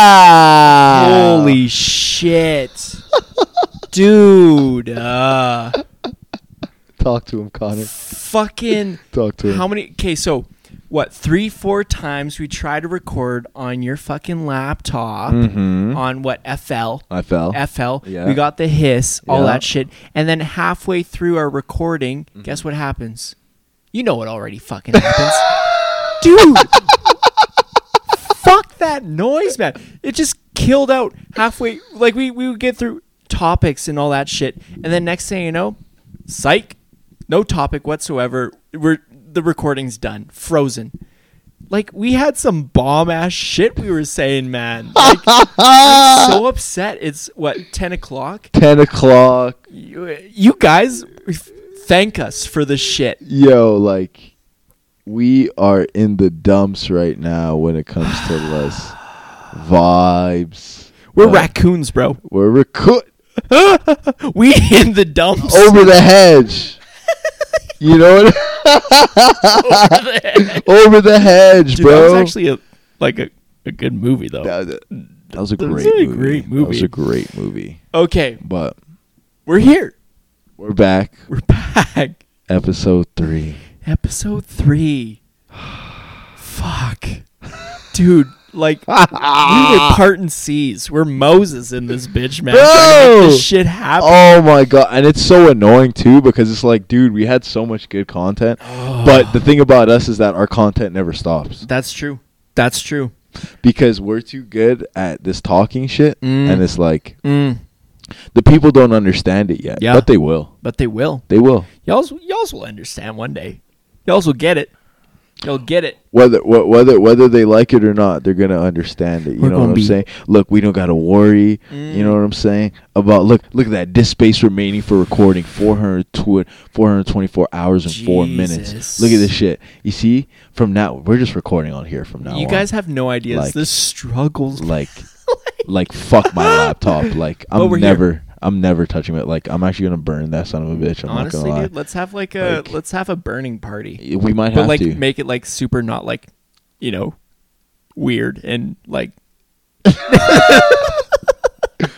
Wow. Holy shit. Dude. Uh, Talk to him, Connor. fucking. Talk to him. How many? Okay, so what? Three, four times we tried to record on your fucking laptop Mhm. on what? FL. I fell. FL. Yeah. We got the hiss, all Yeah. Mm-hmm. that shit. And then halfway through our recording, guess what happens? You know what already fucking happens. Dude. Fuck that noise, man. It just killed out halfway. Like we, we would get through topics and all that shit. And then next thing you know, psych. No topic whatsoever. We're the recording's done. Frozen. Like we had some bomb ass shit we were saying, man. Like, I'm so upset. It's what ten o'clock. Ten o'clock. You, you guys f- thank us for the shit. Yo, like we are in the dumps right now when it comes to less vibes. We're Uh, raccoons, bro. We're reco- We in the dumps. over the hedge. you know what? over the hedge, Dude, bro. that was actually a like a, a good movie though. that, was a- that was a That was great, a movie. great That was movie. a great movie. Okay, But we're here. we're back, We're back. episode three. Episode three. Fuck, dude. Like we were parting seas. We're Moses in this bitch, man. trying to make Bro! This shit happen. Oh my god! And it's so annoying too because it's like, dude, we had so much good content, but the thing about us is that our content never stops That's true. That's true. because we're too good at this talking shit, Mm. and it's like Mm. the people don't understand it yet, Yeah. but they will. But they will. They will. Y'all's y'all's will understand one day. Y'all's will get it. Y'all get it. Whether wh- whether whether they like it or not, they're gonna understand it. You We're know what gonna I'm be- saying? Look, we don't gotta worry. You Mm. know what I'm saying about look look at that disk space remaining for recording 402 424 hours and four minutes. Jesus. Look at this shit. You see, from now we're just recording on here from now. you on. guys have no idea. Like- the struggles. like like fuck my laptop. Like But we're I'm here. never I'm never touching it. Like I'm actually gonna burn that son of a bitch. I'm not honestly, gonna lie. dude, let's have like a Like- let's have a burning party. we might But have like to. make it like super not like, you know, weird and like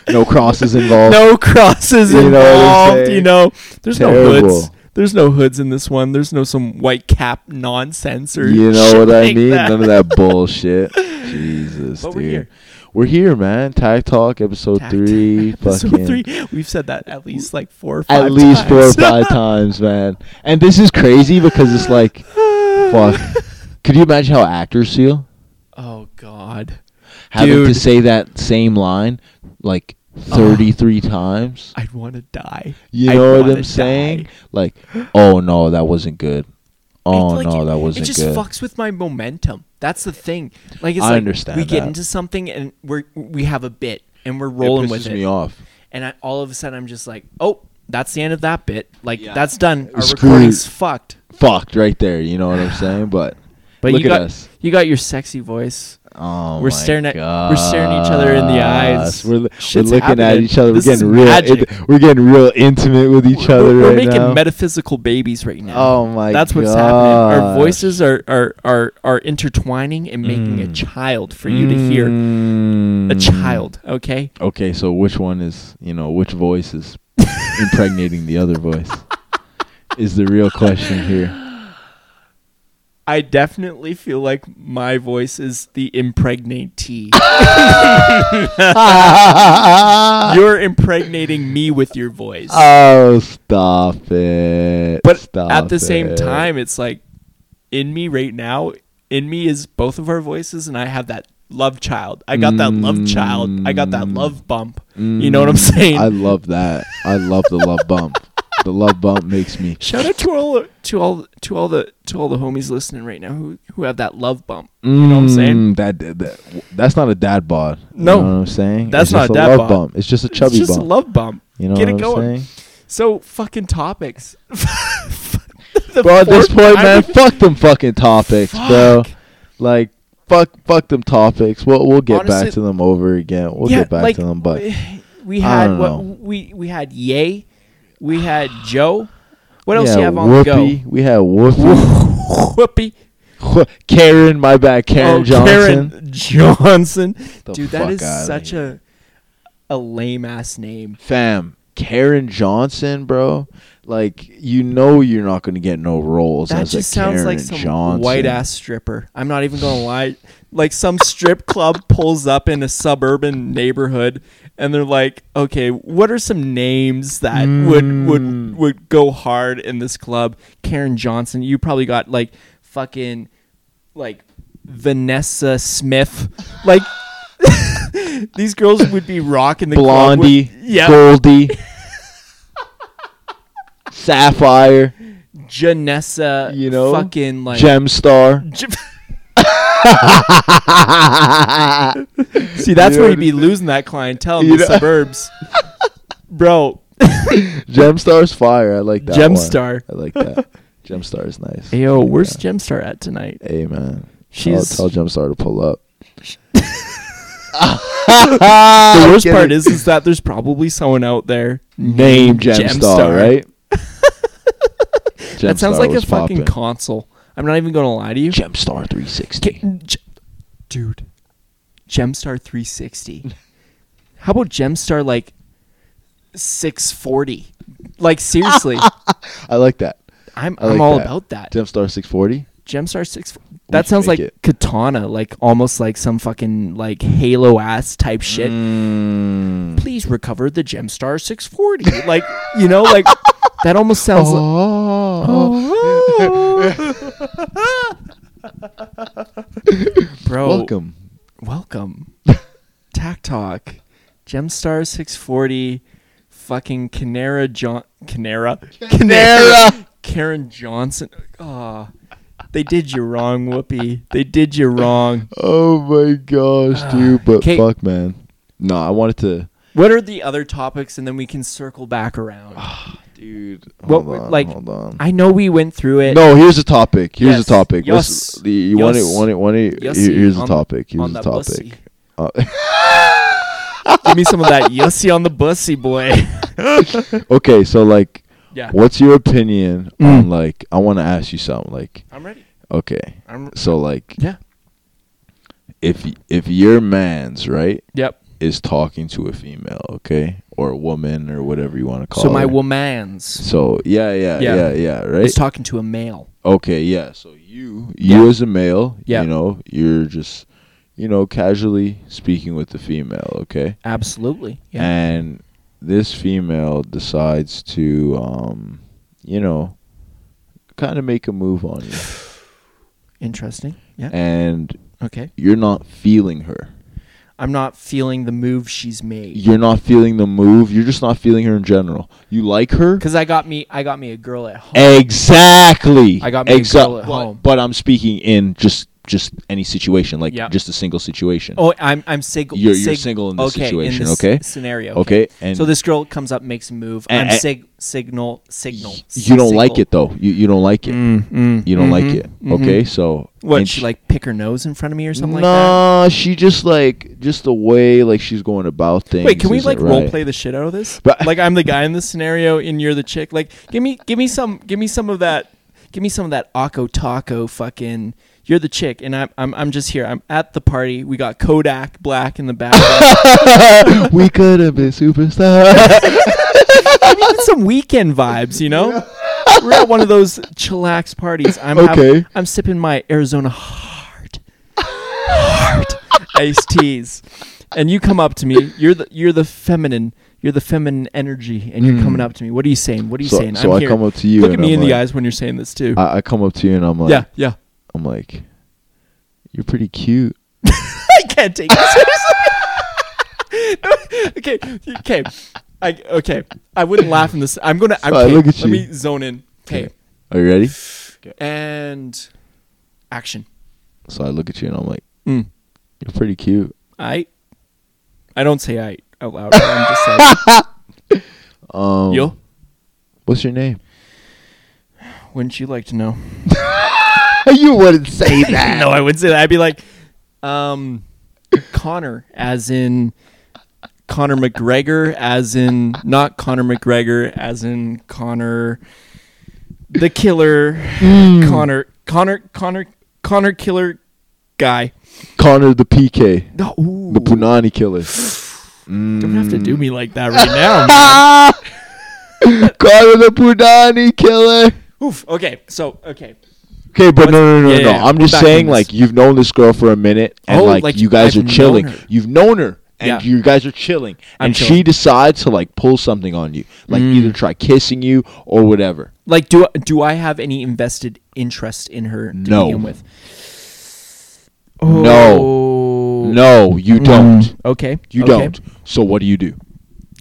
no crosses involved. no crosses Oh. You know what I'm involved, saying? you know. There's no hoods. Terrible. There's no hoods in this one. There's no some white cap nonsense or You know shit what I like mean? that. None of that bullshit. Jesus, But dude. we're here. We're here, man. Tag Talk episode Tact- three. episode fucking three. We've said that at least like four or five at least four or times. five times, man. And this is crazy because it's like, fuck. Could you imagine how actors feel Oh God, having to Dude. say that same line like thirty-three times? I'd want to die. You I'd know what wanna I'm saying? die. Like, oh no, that wasn't good. Oh It's like no, it- that wasn't It just good. fucks with my momentum. That's the thing. Like it's I like understand we get that. into something and we're we have a bit and we're rolling it pisses with it, me off. and I, all of a sudden I'm just like, oh, that's the end of that bit. Like Yeah. that's done. Our Screw recording's it. fucked. Fucked right there. You know what I'm saying? But, But look you at got us. you got your sexy voice. Oh We're my staring at- we're staring each other in the eyes. gosh. We're, li- we're Shit's looking at happening. each other. This we're is getting real. magic. int- we're getting real intimate with each We're- other we're, right making now. metaphysical babies right now. Oh my That's what's happening. Our gosh. voices are are are, are intertwining and making a Mm. child for you to hear. A Mm. child, okay? Okay, so which one is you know which voice is impregnating the other voice? Is the real question here? I definitely feel like my voice is the impregnatee. You're impregnating me with your voice. oh, stop it! but Stop at the same it. time, it's like in me right now, in me is both of our voices, and I have that love child. I got that love child. I got that Mm. love bump. You know what I'm saying? I love that. I love the love bump. The love bump makes me. Shout out to all to all to all the to all the homies listening right now who who have that love bump. You know what I'm saying? Mm, That, that that's not a dad bod. You No. know what I'm saying. That's It's not just a dad love bod. bump. It's just a chubby it's just bump. a love bump. you know Get what it I'm going. saying? So fucking topics. The Bro, at this fourth point, time man, we- fuck them fucking topics, bro. Fuck. Like, fuck, fuck them topics. We'll we'll get Honestly- back to them over again. We'll Yeah, get back like, to them, but we I had don't know. what we we had Yay, we had Joe. What else yeah, you have on Whoopi, the We had Whoopi. go? Whoopi. Karen, my bad, Karen oh, Johnson. Karen Johnson. The Dude, that fuck is outta such a a lame ass name. fam, Karen Johnson, bro. Like you know, you're not gonna get no roles That as just a Karen sounds like some Johnson. white ass stripper. I'm not even gonna lie. Like some strip club pulls up in a suburban neighborhood, and they're like, "Okay, what are some names that would Mm. would would go hard in this club?" Karen Johnson. You probably got like fucking like Vanessa Smith. Like these girls would be rocking the club with- Blondie, Yeah, Goldie, Sapphire, Janessa. You know? fucking like. Gemstar. See, that's You know where you'd be losing that clientele in You the know- suburbs. Bro, Gemstar's fire. I like that. one. Gemstar. I like that. Gemstar is nice. yo, where's Gemstar at tonight? Hey man. She's- Oh, tell, tell Gemstar to pull up. the worst kidding. part is is that there's probably someone out there. Name Gemstar, Gemstar. right? that sounds Gemstar like a was fucking poppin'. console. I'm not even gonna lie to you, Gemstar 360. Ge- Ge- dude. Gemstar 360. How about Gemstar like 640? Like seriously, I like that. I'm I like I'm all that. about that. Gemstar 640. Gemstar six. That should sounds make like it. Katana, like almost like some fucking like Halo ass type shit. Mm. Hmm. Please recover the Gemstar six forty. like you know, like that almost sounds. Oh. like... Oh. Bro, Welcome. welcome. Tac Talk, Gemstar six forty, fucking Canara John Canara Canara Karen Johnson. Ah, they did you wrong, Whoopi. They did you wrong. Oh my Ah. gosh, dude. But Kate- fuck, man. No, I wanted to. What are the other topics, and then we can circle back around. Dude. What- hold on, like, hold on. I know we went through it. no, here's a topic. Here's Yes. a topic. Yes. Let's, you you want it? Yes. Want it? Want it? Yes, here- Here's a on- topic. on Here's a the topic. Give me some of that yussy on the bussy, boy. Uh, Okay, so like, yeah. what's your opinion Mm. on like? I want to ask you something. Like, I'm ready. okay, I'm so like, yeah. if y- if your man's right Yep. is talking to a female, okay, or a woman or whatever you want to call. So my her. woman's So yeah, yeah, Yeah. yeah, yeah, right. is talking to a male. okay, yeah. So you, you as a male, Yeah. you know, you're just, you know, casually speaking with the female, okay, Absolutely. Yeah. and this female decides to, um, you know, kind of make a move on you, Interesting. Yeah. and Okay. you're not feeling her. I'm not feeling the move she's made. You're not feeling the move. You're just not feeling her in general. You like her. Cause I got me, I got me a girl at home. Exactly. I got me a girl at but, home. But I'm speaking in just just any situation, like Yeah. just a single situation. Oh, I'm I'm single. You're- you're single in this okay, situation, this okay? Scenario. okay. And So this girl comes up, makes a move. And- I'm and- sig- signal signal. you don't like signal. it though. You you don't like it. Mm, You don't like it. Okay. So mm-hmm, What and she like pick her nose in front of me or something like Nah, she just like just the way like she's going about that? things. Wait, can we isn't like right. role play the shit out of this? But- like I'm the guy in this scenario and you're the chick. Like give me give me some give me some of that give me some of that Akko Taco fucking you're the chick and I'm I'm I'm just here. I'm at the party. We got Kodak Black in the background. we could have been superstars. Give me some weekend vibes, you know? We're at one of those chillax parties. I'm hav- Okay. I'm sipping my Arizona hard hard iced teas. And you come up to me. You're the you're the feminine. You're the feminine energy, and you're coming up to me. What are you saying? What are you Hmm. So- saying? so I come up to you Look at and me I'm in the like- eyes when you're saying this too. I, I come up to you and I'm like, yeah, yeah. I'm like, you're pretty cute. I can't take it seriously. okay, okay, I okay. I wouldn't laugh in this. I'm gonna. So okay, I look at let you. me zone in. Okay, Are you ready? and action. So I look at you and I'm like, Mm. you're pretty cute. I I don't say I out loud. I'm just like Um, yo. what's your name? Wouldn't you like to know? you wouldn't say that. no, I would say that. I'd be like, um, Connor, as in Connor McGregor, as in not Connor McGregor, as in Connor the killer, Connor, Connor, Connor, Connor Killer guy. Connor the PK, No, Oh, ooh, the Punani killer. don't have to do me like that right now. man. Ah! Connor the Punani killer. Oof. Okay. So okay. Okay, but no, no, no, Yeah, no. yeah, yeah. I'm just Back on saying, this. like, you've known this girl for a minute, and Oh, like, like, you guys I've are chilling. known her. You've known her, and Yeah. you guys are chilling, I'm and she chilling. Mm. decides to like pull something on you, like either try kissing you or whatever. Like, do do I have any invested interest in her to No. begin with? No. Oh. No, you don't. Mm. Okay. You okay. don't. So what do you do?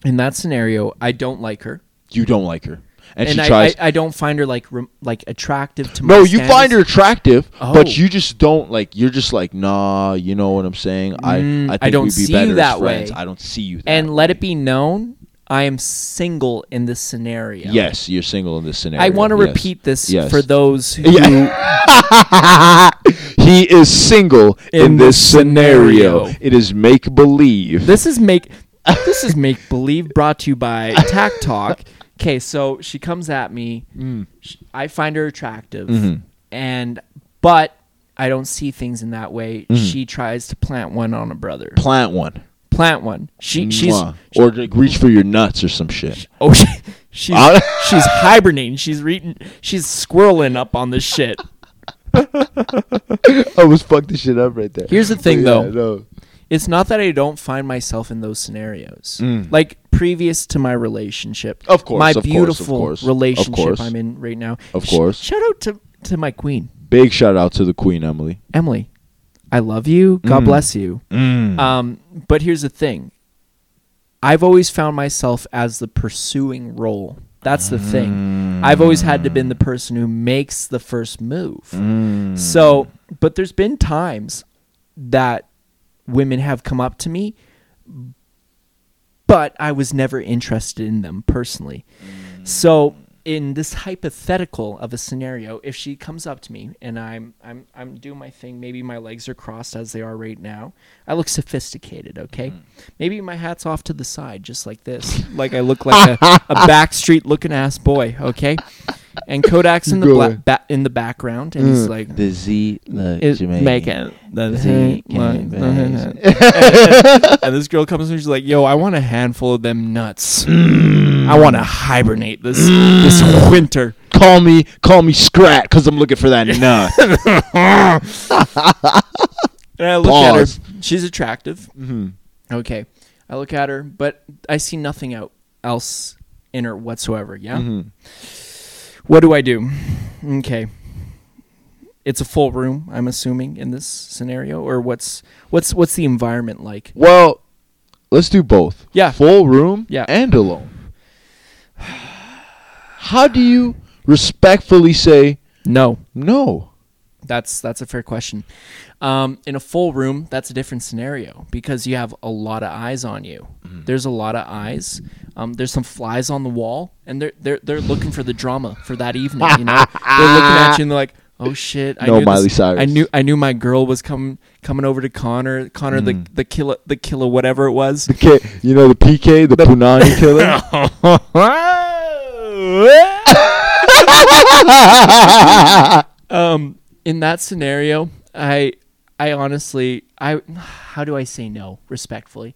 In that scenario, I don't like her, You don't like her, and, and, she I, tries. I I don't find her like rem- like attractive to my no, you standards. find her attractive, Oh. but you just don't like. You're just like, nah. You know what I'm saying? I, Mm, I, I think don't we'd be see you better as that friends. way. I don't see you. That And way. let it be known, I am single in this scenario. yes, you're single in this scenario. I want to Yes. repeat this Yes. for those who he is single in, In this this scenario. scenario. It is make believe. This is make this is make believe brought to you by Tac Talk. Okay, so she comes at me. Sh I find her attractive, Mm-hmm. and but I don't see things in that way. Mm-hmm. She tries to plant one on a brother. Plant one. Plant one. She she's Mwah. or like, reach for your nuts or some shit. oh she, she's I- she's hibernating. She's reading. She's squirreling up on this shit. I was fucked the shit up right there. Here's the But thing, though. no. It's not that I don't find myself in those scenarios. Like previous to my relationship. Mm. Of course, My of course, of beautiful course, of relationship course. I'm in right now. Of Sh- course. shout out to, to my queen, Big shout out to the Queen Emily. Emily. I love you. God Mm. bless you. Hmm. Um, but here's the thing. I've always found myself as the pursuing role. That's the thing. I've always had to been the person who makes the first move. Mm. So, but there's been times that women have come up to me, but I was never interested in them personally. So, in this hypothetical of a scenario, if she comes up to me and I'm I'm I'm doing my thing, maybe my legs are crossed as they are right now. I look sophisticated, okay? Maybe my hat's off to the side, just like this, like I look like a, a backstreet looking ass boy, okay? And Kodak's in the Go bla- ahead. ba- in the background, and he's like, The Z look is Jamaican. making the Zeke thing like- and and and this girl comes and she's like, "Yo, I want a handful of them nuts. I want to hibernate this this winter." Call me, call me Scrat, cause I'm looking for that nut. And I look Pause. at her. She's attractive. Okay, I look at her, but I see nothing out else in her whatsoever. Yeah. Mm-hmm. What do I do? Okay. It's a full room, I'm assuming, in this scenario, or what's what's what's the environment like? well, let's do both. Yeah. Full room Yeah. and alone. How do you respectfully say No. no? That's that's a fair question. Um, in a full room, that's a different scenario because you have a lot of eyes on you. Mm-hmm. There's a lot of eyes. Um, there's some flies on the wall, and they're they're they're looking for the drama for that evening. You know, they're looking at you and they're like, "Oh shit!" I No knew Miley this- Cyrus. I knew I knew my girl was coming coming over to Connor. Connor Mm. the the killer the killer whatever it was. Okay, you know the PK, the, Punani killer. um, in that scenario, I I honestly I how do I say no respectfully?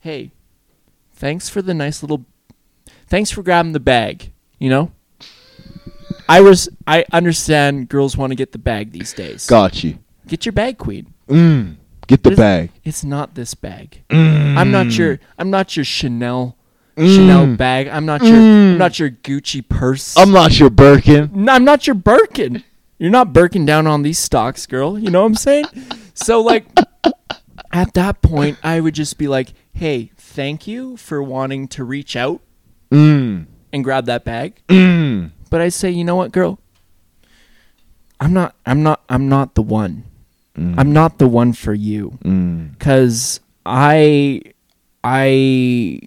Hey, thanks for the nice little thanks for grabbing the bag, you know? I was I understand girls want to get the bag these days. Got you. Get your bag, queen. Mm, get the This- bag. It's not this bag. I'm not your I'm not your Chanel Mm. Chanel bag. I'm not your I'm not your Gucci purse. I'm not your Birkin. N- I'm not your Birkin. You're not Birkin down on these stocks, girl. You know what I'm saying? So like at that point I would just be like, "Hey, thank you for wanting to reach out Mm, and grab that bag." mm. But I say, "You know what, girl? I'm not I'm not I'm not the one. I'm not the one for you." Cuz I I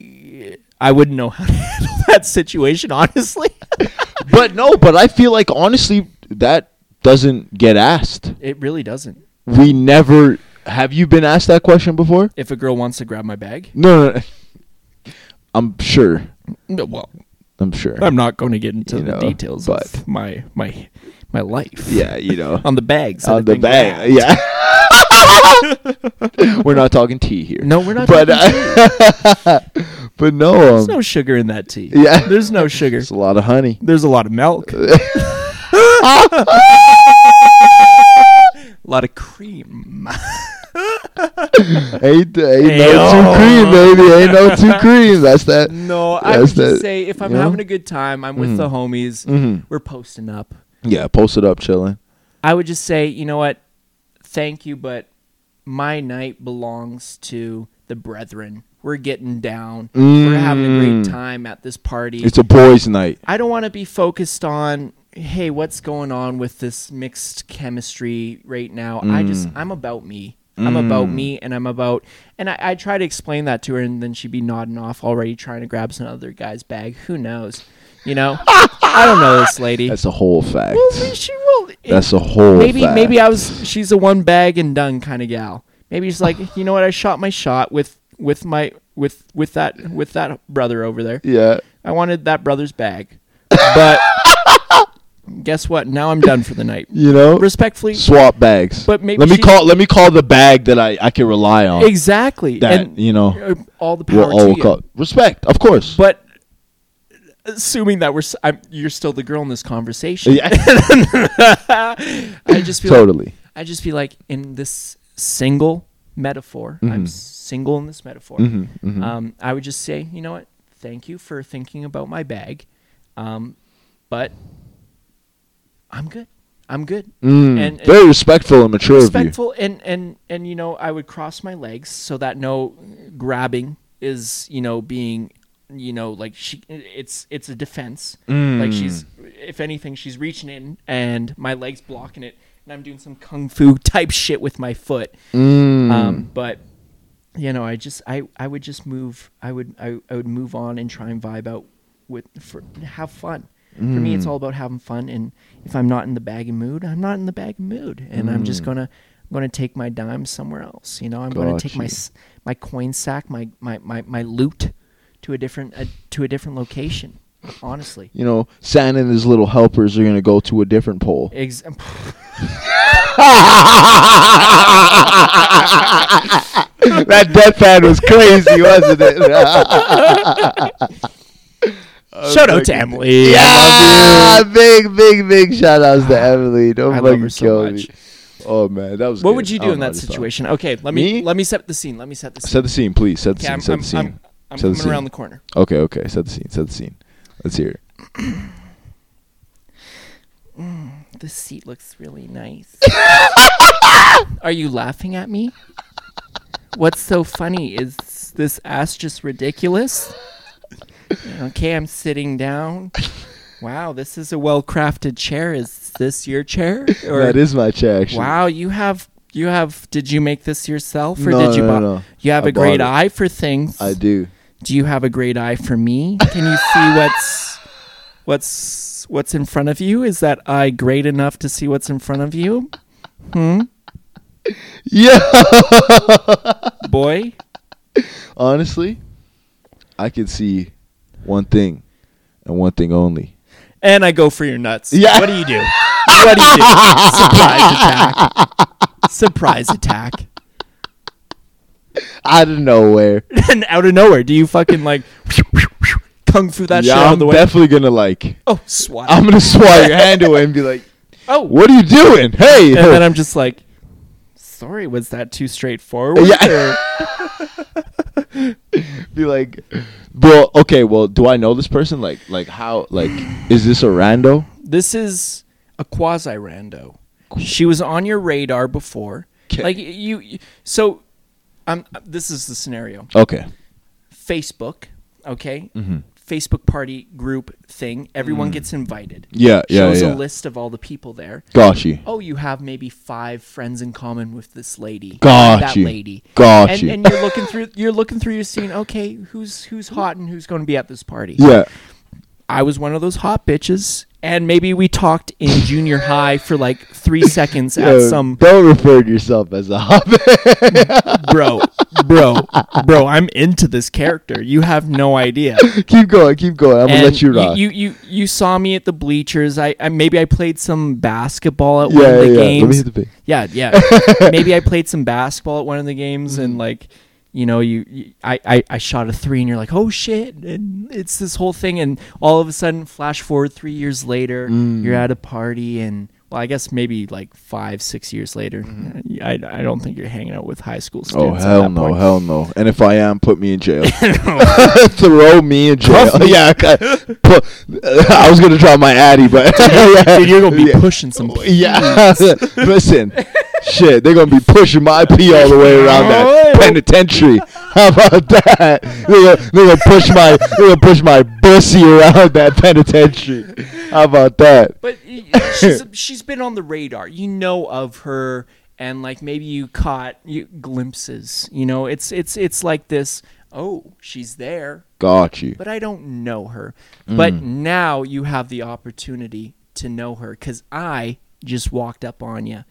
I wouldn't know how to handle that situation, honestly. But no, but I feel like honestly that doesn't get asked. it really doesn't. We never have you been asked that question before? if a girl wants to grab my bag. No, no. no. I'm sure. No, well, I'm sure. I'm not going to get into You the know, details but- of my my my life. yeah, you know. on the bag. side on of the things. bag. Yeah. We're not talking tea here. No, we're not. But talking- uh, but no, um, there's no sugar in that tea. yeah. there's no sugar. it's a lot of honey. There's a lot of milk. a lot of cream. Ain't, ain't no Ayo. two cream, baby. Ain't no two cream. That's that. No, I would That's just that- say if I'm you know? having a good time, I'm with the homies. Mhm. We're posting up. Yeah, post it up, chilling. I would just say, you know what? Thank you, but my night belongs to the brethren. We're getting down. We're having a Mm. great time at this party. It's a boys' night. I don't want to be focused on hey, what's going on with this mixed chemistry right now. I Mm. just I'm about me. I'm about me and I'm about and I, I try to explain that to her and then she'd be nodding off already trying to grab some other guy's bag. Who knows? You know? I don't know this lady. That's a whole fact. Well, we- she will That's a whole maybe fact. maybe I was she's a one bag and done kind of gal. Maybe she's like, you know what, I shot my shot with with my with with that with that brother over there. Yeah. I wanted that brother's bag. But guess what? Now I'm done for the night. You know? Respectfully, Swap bags. But maybe let me she- call let me call the bag that I, I can rely on. exactly. That and you know. uh, all the power We'll all to you. call respect, of course. But assuming that we're s am you're still the girl in this conversation, yeah, I just feel like, totally. I just feel like in this single metaphor, I'm single in this metaphor. Um, I would just say, you know what? Thank you for thinking about my bag, um, but I'm good. I'm good. Mm, And- and- very respectful and mature of respectful and and and you know i would cross my legs so that no grabbing is you know being you know like she it's it's a defense like she's if anything she's reaching in and my legs blocking it and i'm doing some kung fu type shit with my foot you. Mm, um but you know i just i i would just move i would i, I would move on and try and vibe out with for have fun for me Hmm. it's all about having fun and if i'm not in the bag and mood i'm not in the bag and mood and i'm Hmm. just gonna i'm gonna take my dimes somewhere else you know i'm gonna take my Gotcha. s- my coin sack my my my, my loot to a different uh, to a different location honestly you know, Santa and his little helpers are gonna go to a different pole. Ex- that death pad was crazy, wasn't it? shout out to emily yeah, big, big, big shout outs to Emily. Don't Ah, I love fucking her so kill much. me. Oh man, that was. what good. would you I do don't in know that this song. situation okay let me, Me? let me set the scene let me set the scene Set the scene, please. Set the Okay, scene. set I'm, I'm, the scene. I'm, I'm Set the coming scene. around the corner. Okay, okay. Set the scene. Set the scene. Let's hear it. This seat looks really nice. Are you laughing at me? What's so funny? Is this ass just ridiculous? Okay, I'm sitting down. Wow, this is a well crafted chair. Is this your chair? Or that is my chair, actually. wow, you have you have did you make this yourself or No, did you no, buy no, no. you have I a great bought it. eye for things? I do. do you have a great eye for me? Can you see what's what's what's in front of you? Is that eye great enough to see what's in front of you? Hmm? Yeah. Boy, Honestly, I could see one thing and one thing only. and I go for your nuts. Yeah. What do you do? What do you do? Surprise attack. Surprise attack. Out of nowhere. and out of nowhere, do you fucking like kung fu that shit yeah, out I'm of the way? definitely gonna like. oh, swat. I'm gonna swat your hand away and be like, oh, "What are you doing? Hey!" and then I'm just like, sorry, was that too straightforward? Yeah. be like, "Well, okay. Well, do I know this person? Like, like how? Like, is this a rando? this is a quasi rando. She was on your radar before. 'Kay. Like you, you- so um, this is the scenario. Okay. Facebook, okay? Mm-hmm. Facebook party group thing. Everyone gets invited. Mm. Yeah, yeah, Shows yeah. a list of all the people there. Got you. Oh, you have maybe five friends in common with this lady. Got that you. lady. Got and, you. And you're looking through. You're looking through your scene. Okay, who's who's hot and who's going to be at this party? Yeah. I was one of those hot bitches, and maybe we talked in junior high for like three seconds at Uh, some Don't refer to yourself as a hobbit. bro, bro, bro, I'm into this character. You have no idea. keep going, keep going. I'm gonna And let you rock. You, you you saw me at the bleachers. I, I maybe I played some basketball at one yeah, of the yeah, yeah. games. Let me hit the thing. Yeah, yeah. Maybe I played some basketball at one of the games, Mm-hmm. and like, you know, you, you I, I I shot a three, and you're like, oh shit, and it's this whole thing, and all of a sudden, flash forward three years later, Mm. you're at a party, and well, I guess maybe like five, six years later, I, I don't think you're hanging out with high school Mm-hmm. Oh students. at hell that no, point. hell no. And if I am, put me in jail. Throw me in jail. Cuff me. Yeah, okay. Pu- I was gonna drop my addy, but Dude, you're gonna be Yeah. Oh, pushing some. Yeah. Listen, shit, they're gonna be pushing my pee all the way around that Oh. penitentiary. How about that? They're gonna, they're gonna push my they're gonna push my pussy around that penitentiary. How about that? But y- she's she's been on the radar. You know of her, and like maybe you caught you, glimpses. You know, it's it's it's like this. Oh, she's there, Got you. but I don't know her. But now you have the opportunity to know her because I just walked up on you,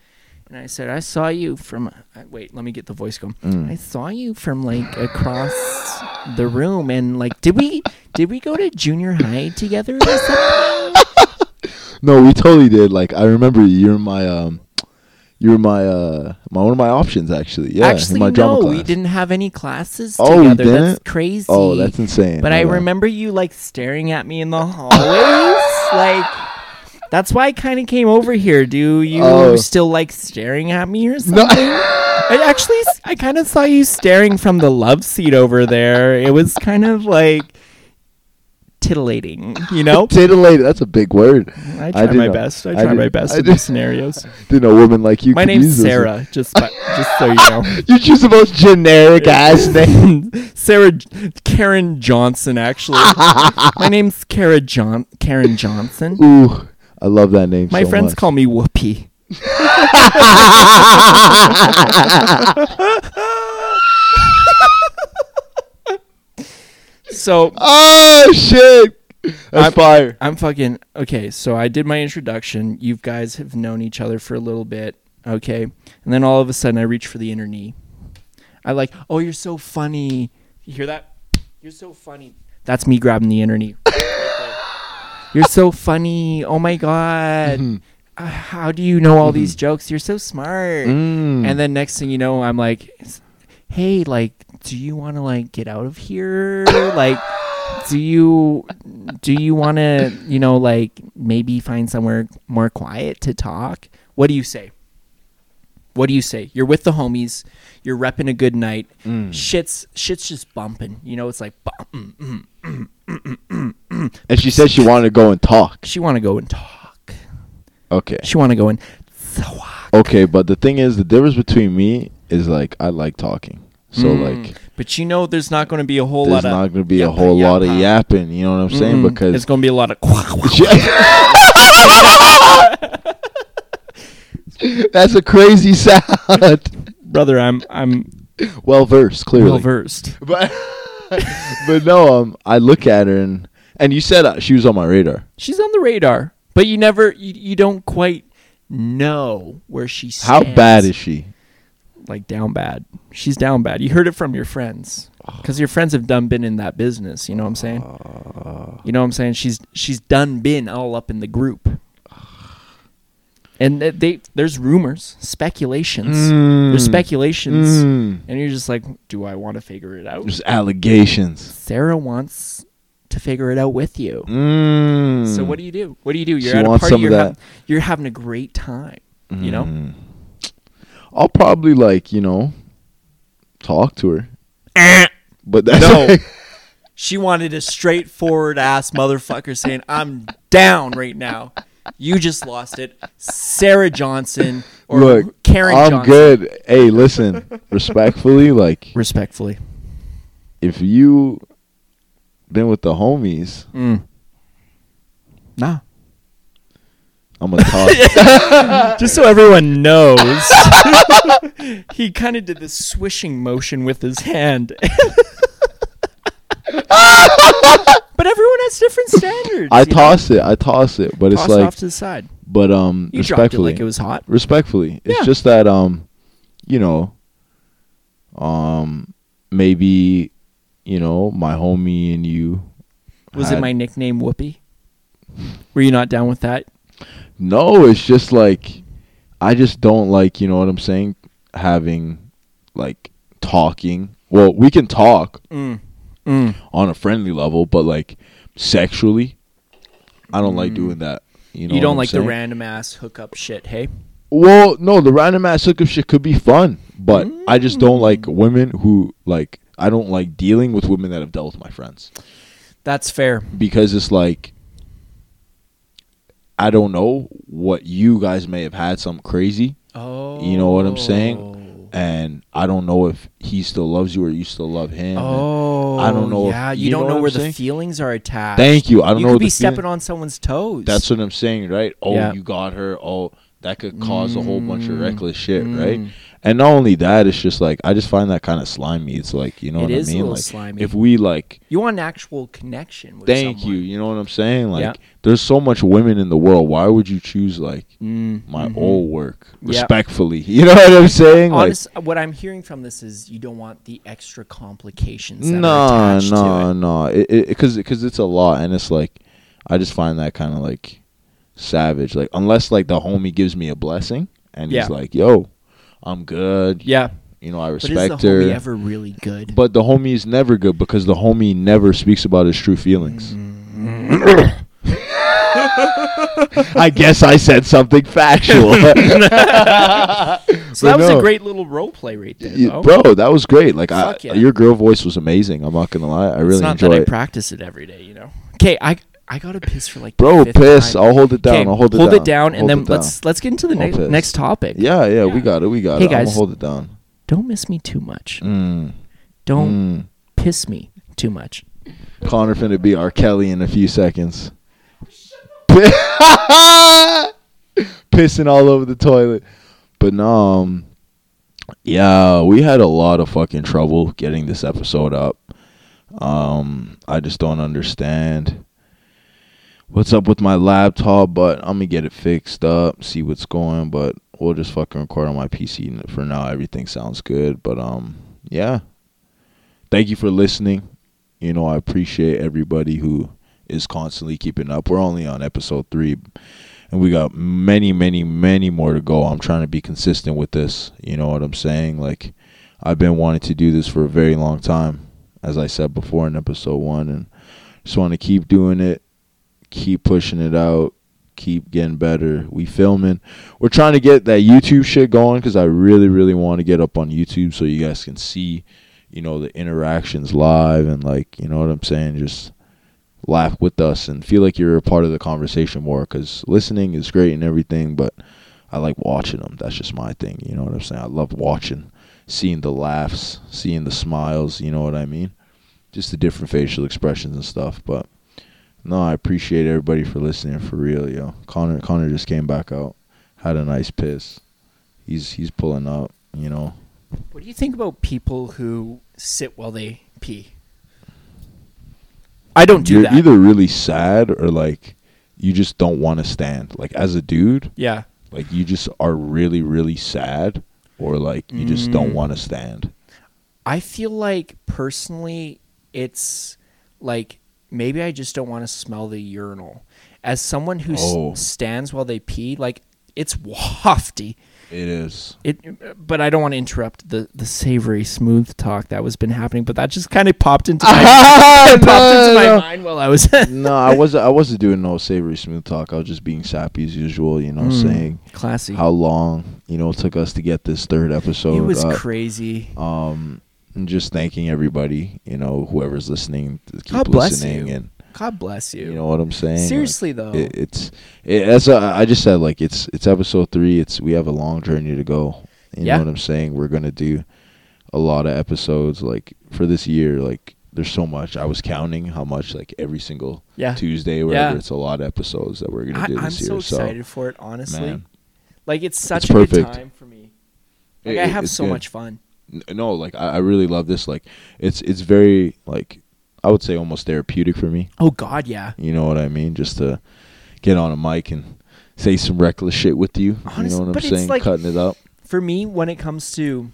and I said, "I saw you from." I- Wait, let me get the voice going. I saw you from like across the room, and like, did we did we go to junior high together? Or something? No, we totally did. Like I remember you're my um you're my uh my one of my options actually. Yeah, in Actually, my no, drama class. we didn't have any classes Oh, we together. That's didn't? crazy. Oh, that's insane. But I Hold on. remember you like staring at me in the hallways. like that's why I kind of came over here. Do you Oh. still like staring at me or something? No. I actually s- I kind of saw you staring from the love seat over there. It was kind of like titillating, you know? Titillated. That's a big word. I try didn't my know- best. I I try my didn't- best I in didn't- these scenarios. Didn't a woman like you. My could name's use this one. Sarah, just by, just so you know. You choose the most generic ass name. Sarah Karen Johnson actually. My name's Kara John Karen Johnson. Ooh, I love that name. My so friends much. call me Whoopi. so Oh shit! That's I'm- fire. I'm fucking okay. So I did my introduction. You guys have known each other for a little bit, okay? And then all of a sudden, I reach for the inner knee. I like, oh, you're so funny. You hear that? You're so funny. That's me grabbing the inner knee. you're so funny. Oh my god. Uh, how do you know all these jokes? You're so smart. Mm. And then next thing you know, I'm like, hey, like, do you want to like get out of here? like, do you do you want to you know like maybe find somewhere more quiet to talk? What do you say? What do you say? You're with the homies. You're repping a good night. Hmm. Shit's shit's just bumping. You know, it's like mm, bump. and she said she wanted to go and talk. She want to go and talk. Okay. She want to go and. Okay, but the thing is, the difference between me is like I like talking. So Mm. like, But you know, there's not going to be a whole there's lot of. not gonna be a yappa, whole lot of yappa. yapping. You know what I'm saying? Mm, Because it's going to be a lot of. that's a crazy sound. Brother, I'm I'm well versed, clearly. well versed. but but no, um, I look at her and and you said uh, she was on my radar. She's on the radar, but you never you, you don't quite know where she How stands. bad is she? like down bad? She's down bad. You heard it from your friends because your friends have done been in that business. You know what I'm saying? Ah. You know what I'm saying? She's she's done been all up in the group. And th- they there's rumors, speculations, there's Mm. speculations, Mm. and you're just like, do I want to figure it out? There's allegations. Sarah wants to figure it out with you. Mm. So what do you do? What do you do? You're She at a wants party. some of You're, hav- that. you're having a great time. You know. Mm. I'll probably like you know talk to her, but that's Eh. No. she wanted a straightforward ass motherfucker saying, "I'm down right now." You just lost it, Sarah Johnson or Look, Karen I'm Johnson. good. Hey, listen, respectfully, like Respectfully. if you been with the homies, Mm. Nah. I'm gonna talk. Just so everyone knows, he kind of did this swishing motion with his hand. but everyone has different standards. I you know? toss it. I toss it, but Toss it's like, off to the side. but um, You dropped it respectfully, like it was hot. respectfully, it's Yeah. just that um, you know, um, maybe, you know, my homie and you. Was it had- my nickname Whoopi? Were you not down with that? No, it's just like I just don't like, you know what I'm saying, having like talking. Well, we can talk Mm. Mm. on a friendly level, but like sexually, I don't like doing that. You Mm. You, know, what don't I'm like saying? the random ass hookup shit, hey? Well, no, the random ass hookup shit could be fun, but I just Mm. don't like women who like. I don't like dealing with women that have dealt with my friends That's fair. because it's like I don't know what you guys may have had some crazy, Oh. You know what I'm saying? and I don't know if he still loves you or you still love him. and- Oh. I don't know if- Yeah, you, you don't know know, what where I'm saying? the feelings are attached. Thank you. I don't you know could what be the feeling- stepping on someone's toes. That's what I'm saying, right? Oh, Yeah. you got her. Oh, that could cause a whole bunch of Mm, reckless shit, mm. right? And not only that, it's just like I just find that kind of slimy. It's like you know It what is a I mean. little like slimy. if we like, you want an actual connection with thank you. someone. You know what I'm saying? Like Yeah. there's so much women in the world. Why would you choose like Mm, my mhm. old work? Yeah. Respectfully, you know what I'm saying? Like Honest, uh, what I'm hearing from this is you don't want the extra complications. That are no, attached no, to no. It because because it's a lot, and it's like I just find that kind of like savage. Like unless like the homie gives me a blessing and Yeah. he's like, "Yo, I'm good." it. Yeah, you know, I but is the respect her. homie ever really good? but the homie is never good because the homie never speaks about his true feelings. I guess I said something factual. so that but was a no. great little role play right there, Yeah, though. Bro, that was great. Like I, Fuck yeah. your girl voice was amazing. I'm not gonna lie. I really it's not enjoy that I it. practice it every day, you know. Okay, I I got to piss for like the Bro, fifth piss. time. I'll hold it down. Okay, I'll hold it down. and Hold then it down. let's let's get into the I'll next piss. next topic. Yeah, yeah, we got it. We got Hey, it. I'm guys. gonna hold it down. Don't miss me too much. Mm. Don't Mm. piss me too much. Connor finna be R. Kelly in a few seconds. Pissing all over the toilet. But no, um, yeah, we had a lot of fucking trouble getting this episode up. Um, I just don't understand what's up with my laptop, but I'm gonna get it fixed up, see what's going. But we'll just fucking record on my PC n- for now. Everything sounds good, but um, yeah. Thank you for listening. You know, I appreciate everybody who is constantly keeping up. We're only on episode three, and we got many, many, many more to go. I'm trying to be consistent with this. You know what I'm saying? Like, I've been wanting to do this for a very long time, as I said before in episode one, and just want to keep doing it, keep pushing it out, keep getting better. We filming. We're trying to get that YouTube shit going because I really, really want to get up on YouTube so you guys can see, you know, the interactions live and like, you know what I'm saying, just laugh with us and feel like you're a part of the conversation more because listening is great and everything, but I like watching them. That's just my thing. You know what I'm saying? I love watching, seeing the laughs, seeing the smiles. You know what I mean? Just the different facial expressions and stuff. But no, I appreciate everybody for listening for real, yo. Connor, Connor just came back out, had a nice piss. He's he's pulling up. You know, What do you think about people who sit while they pee? I don't do you're that. e-, either really sad or like you just don't want to stand. Like as a dude, Yeah. like you just are really really sad, or like you just don't Mm. want to stand. I feel like personally, it's like maybe I just don't want to smell the urinal. As someone who s- Oh. stands while they pee, like it's wafty. It is. It, but I don't want to interrupt the the savory smooth talk that was been happening. But that just kind of popped into my, popped into my mind while I was. no, I wasn't. I wasn't doing no savory smooth talk. I was just being sappy as usual. You know, Mm. saying Classy. how long you know it took us to get this third episode it was up. crazy. um, and just thanking everybody. You know, whoever's listening, to keep God bless listening, you. and God bless you. you know what I'm saying. Like, Seriously though, it, it's it, as I, I just said, like it's it's episode three. It's we have a long journey to go. You Yeah. know what I'm saying? We're gonna do a lot of episodes like for this year. Like there's so much. I was counting how much like every single yeah. Tuesday, wherever Yeah. it's a lot of episodes that we're gonna I, do I'm this so year. excited for it. Honestly, Man. like it's such It's a good perfect. time for me. It- Like I it- have it's so good. much fun. N- no, like I, I really love this. Like it's it's very like I would say almost therapeutic for me. Oh God, yeah. You know what I mean? Just to get on a mic and say some reckless shit with you. you Honest- know what but I'm it's saying? like- Cutting it up. For me, when it comes to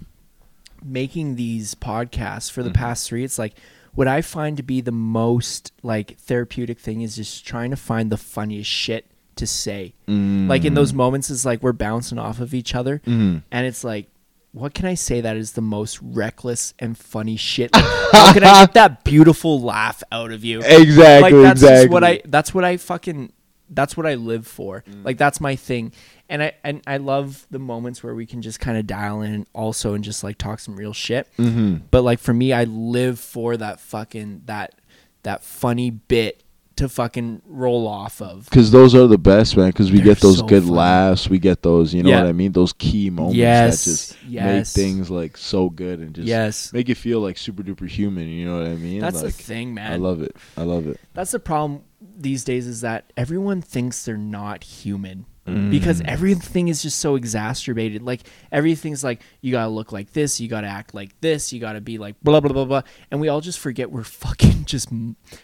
making these podcasts for the Mm-hmm. past three, it's like what I find to be the most like therapeutic thing is just trying to find the funniest shit to say. Like in Mm-hmm. those moments, it's like we're bouncing off of each other, and it's like. What can I say that is the most reckless and funny shit? Like, how can I get that beautiful laugh out of you? Exactly, Like that's just what exactly. I that's what I fucking that's what I live for. Like that's my thing. And I and I love the moments where we can just kind of dial in also and just like talk some real shit. Mm-hmm. But like for me, I live for that fucking that that funny bit to fucking roll off of. Because those are the best, man. Because we They're get those so good funny. laughs. We get those, you know Yeah. what I mean? Those key moments Yes, that just yes. make things like so good and just Yes. make you feel like super duper human. You know what I mean? That's like, the thing, man. I love it. I love it. That's the problem these days is that everyone thinks they're not human because everything is just so exacerbated. Like everything's like you gotta look like this, you gotta act like this, you gotta be like blah blah blah blah, and we all just forget we're fucking just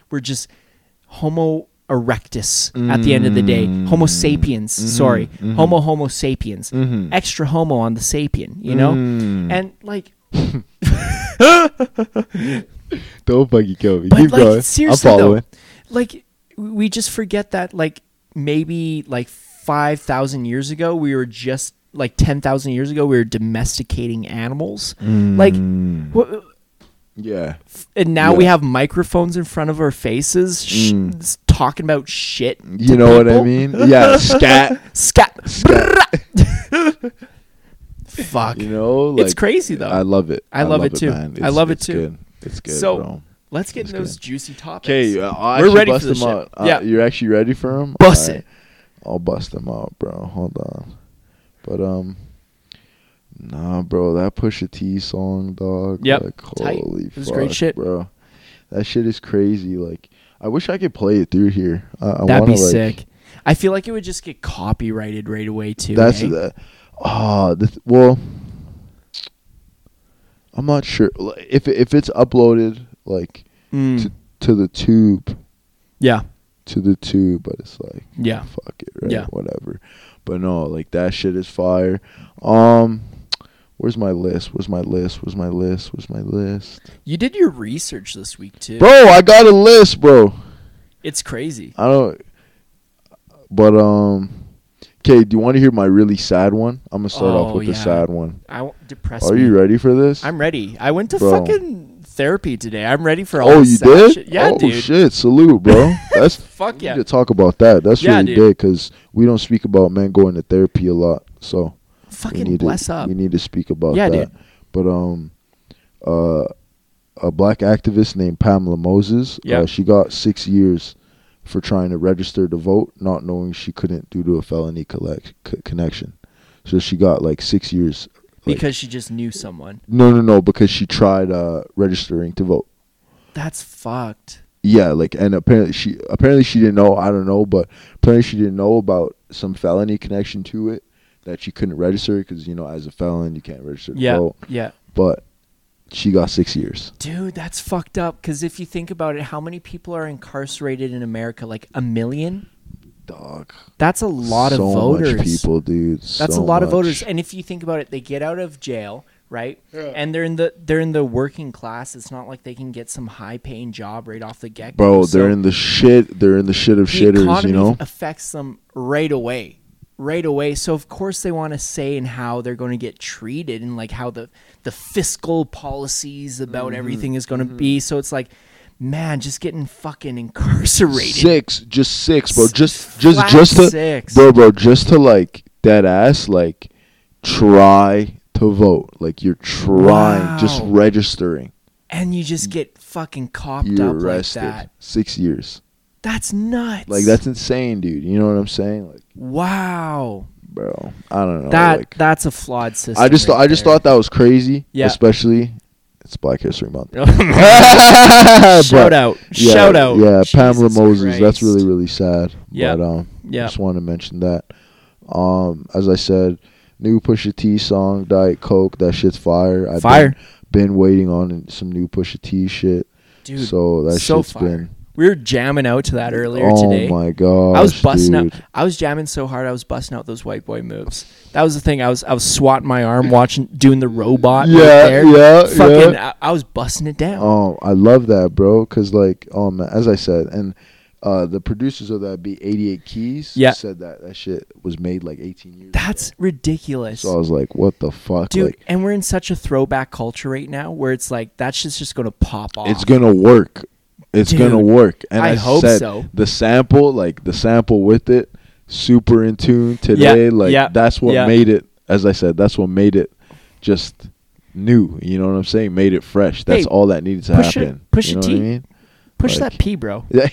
we're just Homo erectus at the end of the day, Homo sapiens. Sorry, Homo Homo sapiens, extra Homo on the sapien, you know, and like Don't fucking kill me. But Keep like going. seriously I'm though, following. like we just forget that like maybe like five thousand years ago we were just like ten thousand years ago we were domesticating animals. Mm. Like, wha- Yeah. and now Yeah. Mm. we have microphones in front of our faces, sh- s- talking about shit. You know what I mean? Yeah. Scat. Scat. Fuck. You know? Like, it's crazy though. I love it. I love it too. man. I It's- love it it's too. Good. It's good. so bro. let's get It's those good. juicy topics. Okay, uh, I'll We're actually ready bust for this them shit. out. Uh, Yeah. you're actually ready for them. Bust it. I'll bust them out, bro. Hold on, but um, nah, bro, that Pusha T song, dog. Yep. like, Tight. holy It was fuck, great shit. bro. That shit is crazy. Like, I wish I could play it through here. I, I That'd wanna, be like, sick. I feel like it would just get copyrighted right away too. That's eh? the. Oh, the th- well, I'm not sure Like, if if it's uploaded like Mm. to, to the tube yeah, to the tube, but it's like yeah. fuck it, right? Yeah. Whatever. But no, like that shit is fire. Um where's my list? Where's my list? Where's my list? Where's my list? You did your research this week too. Bro, I got a list, bro. It's crazy. I don't but um Okay, do you want to hear my really sad one? I'm gonna start off Oh, with the yeah. sad one. I won't depress. Are you me. ready for this? I'm ready. I went to Bro. fucking therapy today. I'm ready for all. oh, this you sad did? shit. Yeah, oh, dude. shit, salute, bro. That's Fuck we yeah. Need to talk about that. That's Yeah, really dude. big because we don't speak about men going to therapy a lot. So Fucking we need bless to, up. We need to speak about Yeah, that. dude. But um, uh, a black activist named Pamela Moses. Yeah. Uh, she got six years for trying to register to vote, not knowing she couldn't due to a felony collect, c- connection. So she got like six years. like- because she just knew someone. no, no, no, because she tried uh, registering to vote. That's fucked. Yeah, like and apparently she apparently she didn't know. I don't know, but apparently she didn't know about some felony connection to it that she couldn't register because you know as a felon you can't register to Yeah, vote yeah. but she got six years. Dude, that's fucked up. Because if you think about it, how many people are incarcerated in America? Like a million. Dog, That's a lot so of voters. much people, dude. That's So a lot of much. voters. And if you think about it, they get out of jail, right? And they're in the they're in the working class. It's not like they can get some high paying job right off the get go. bro. They're in the shit. They're in the shit of the shitters. economy You know. affects them right away. Right away. So of course they want to say and how they're going to get treated and like how the the fiscal policies Mm-hmm. about everything is going to be. So it's like man, just getting fucking incarcerated. Six, just six, bro. S- Just, just, flat just to, six. bro, bro, just to like dead ass, like try to vote, like you're trying, just Wow. registering. And you just get fucking copped You're up arrested. like that. Six years, That's nuts. like that's insane, dude. You know what I'm saying, like, wow. bro. I don't know. That like, that's a flawed system. I just, right thought, I just there. thought that was crazy. Yeah. especially it's Black History Month. shout But- out, Yeah, shout out. Yeah, Jesus Pamela Moses. That's Christ. really really sad. Yeah. But um, Yeah. just wanted to mention that. Um, as I said, new Pusha T song, Diet Coke. That shit's fire. I've Fire. Been, been waiting on some new Pusha T shit. dude. so that so shit's fire. been We were jamming out to that earlier oh today. my gosh. I was busting dude. out. I was jamming so hard. I was busting out those white boy moves. That was the thing. I was I was swatting my arm, watching, doing the robot. Yeah, right there. yeah, Fucking, yeah. I, I was busting it down. Oh, I love that, bro. Cause like, oh man, as I said, and uh, the producers of that beat, 88 Keys, Yeah. said that that shit was made like 18 years. That's ridiculous, So I was like, what the fuck, dude. Like, and we're in such a throwback culture right now, where it's like that shit's just gonna pop off. it's gonna work. It's gonna Dude, work. And I, I hope said so. the sample, like the sample with it, super in tune today. like yeah, that's what yeah. made it. As I said, that's what made it just new. You know what I'm saying? Made it fresh. That's Hey, all that needed to Pusha- happen. Pusha you know T. What I mean? Push like- that P, bro. Yeah.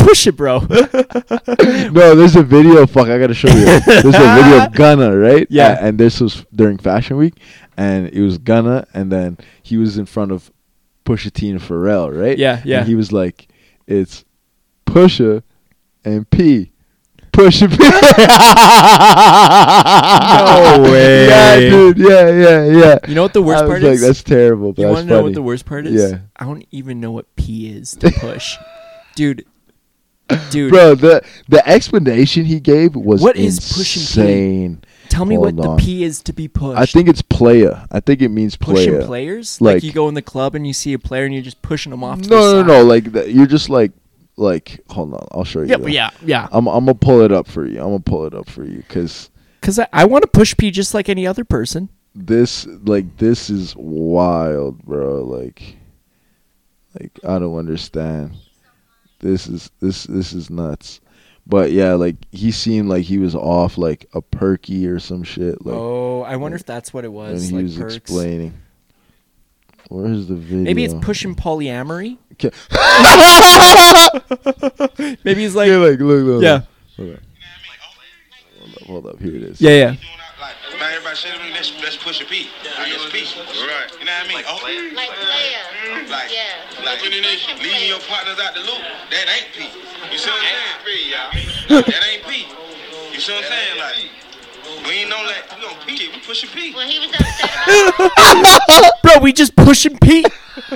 Push it, bro. no, there's a video. Fuck, I gotta show you. There's a video of Ghana, right? Yeah. A- and this was during Fashion Week, and it was Ghana, and then he was in front of Pusha T and Pharrell, right? Yeah, yeah. And he was like, "It's Pusha and P." Pusha P. no way. Yeah, dude. Yeah, yeah, yeah. You know what the worst I was part like, is? That's terrible. But you that's want to know what funny. the worst part is? Yeah. I don't even know what P is to push, dude. Dude, Bro, the the explanation he gave was What is pushing P? insane. tell me hold what on. the P is to be pushed. I think it's player. I think it means pushing player. players. Like, Like- you go in the club and you see a player and you're just pushing them off. To the No, no, side. no. Like the, you're just like, like. Hold on, I'll show you. Yeah, though. but yeah, yeah. I'm, I'm gonna pull it up for you. I'm gonna pull it up for you because Because I, I want to push P just like any other person. this, like, this is wild, bro. Like, like I don't understand. This is this this is nuts. But yeah, like he seemed like he was off like a perky or some shit. Like oh, I wonder if that's what it when was. he Like was perks. explaining. uh, Where's the video? Maybe it's pushing polyamory. Okay. Maybe he's like, yeah, yeah, like look, look, Yeah. Look. Hold up, hold up, here it is. yeah, yeah. Like, not everybody said to me, let's, let's push a P. Yeah, let's P. Right. You know what I mean? Oh, Like player. Like, yeah. like, pushing leaving your players. partners out the loop. That ain't P. You see what I'm saying? P, y'all. That ain't P. You see what I'm saying? Like, we ain't know that. We don't P it. We push a P. When he was upset about Bro, we just pushing P.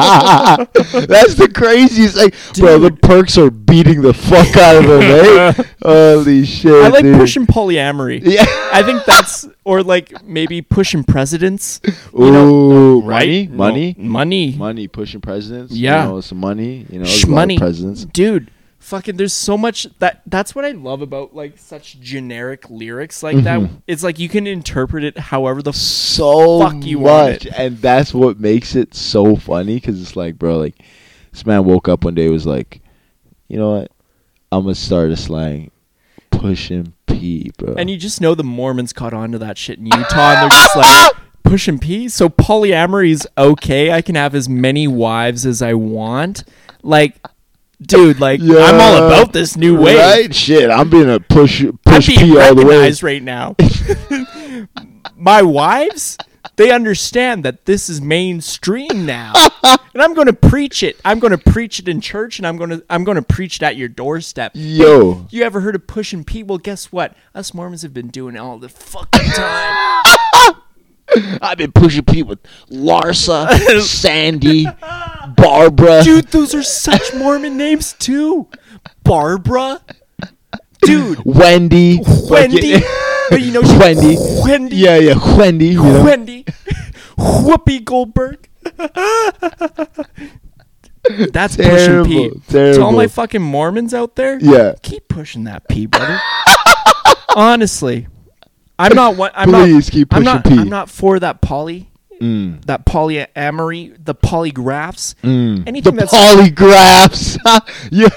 That's the craziest. Like, bro, the Dude. perks are beating the fuck out of them, eh? Holy shit! I like dude. pushing polyamory. Yeah. I think that's or like maybe pushing presidents. Ooh, money, Right? money, No, money, money, pushing presidents. Yeah. you know, some money. You know, Shh, there's a lot of money. presidents. dude. Fucking, there's so much that that's what I love about like such generic lyrics like Mm-hmm. that. It's like you can interpret it however the f- So Fuck you want much, it. and that's what makes it so funny. Because it's like, bro, like this man woke up one day and was like, you know what? I'm gonna start a slang, pushing P, bro. and you just know the Mormons caught on to that shit in Utah, and they're just like pushing P. So polyamory's okay. I can have as many wives as I want. Like, dude, like I'm all Yeah. about this new way. Right? Shit, I'm being a push I'm push being P all the way. recognized right now. My wives, they understand that this is mainstream now, and I'm going to preach it. I'm going to preach it in church, and I'm going to I'm going to preach it at your doorstep. Yo. You ever heard of pushing P? Well, guess what? Us Mormons have been doing it all the fucking time. I've been pushing P with Larsa, Sandy, Barbara. Dude, those are such Mormon names too. Barbara, dude, Wendy. Wendy. Fucking- But you know she, Wendy. Wendy, yeah, yeah, Wendy. You know? Wendy, Whoopi Goldberg. That's Terrible, pushing P. To all terrible. my fucking Mormons out there, Yeah. keep pushing that P, brother. Honestly, I'm not one. I'm Please not, keep I'm pushing not, P. Mm. I'm not for that poly, that polyamory, the polygraphs, The anything that's polygraphs. yeah.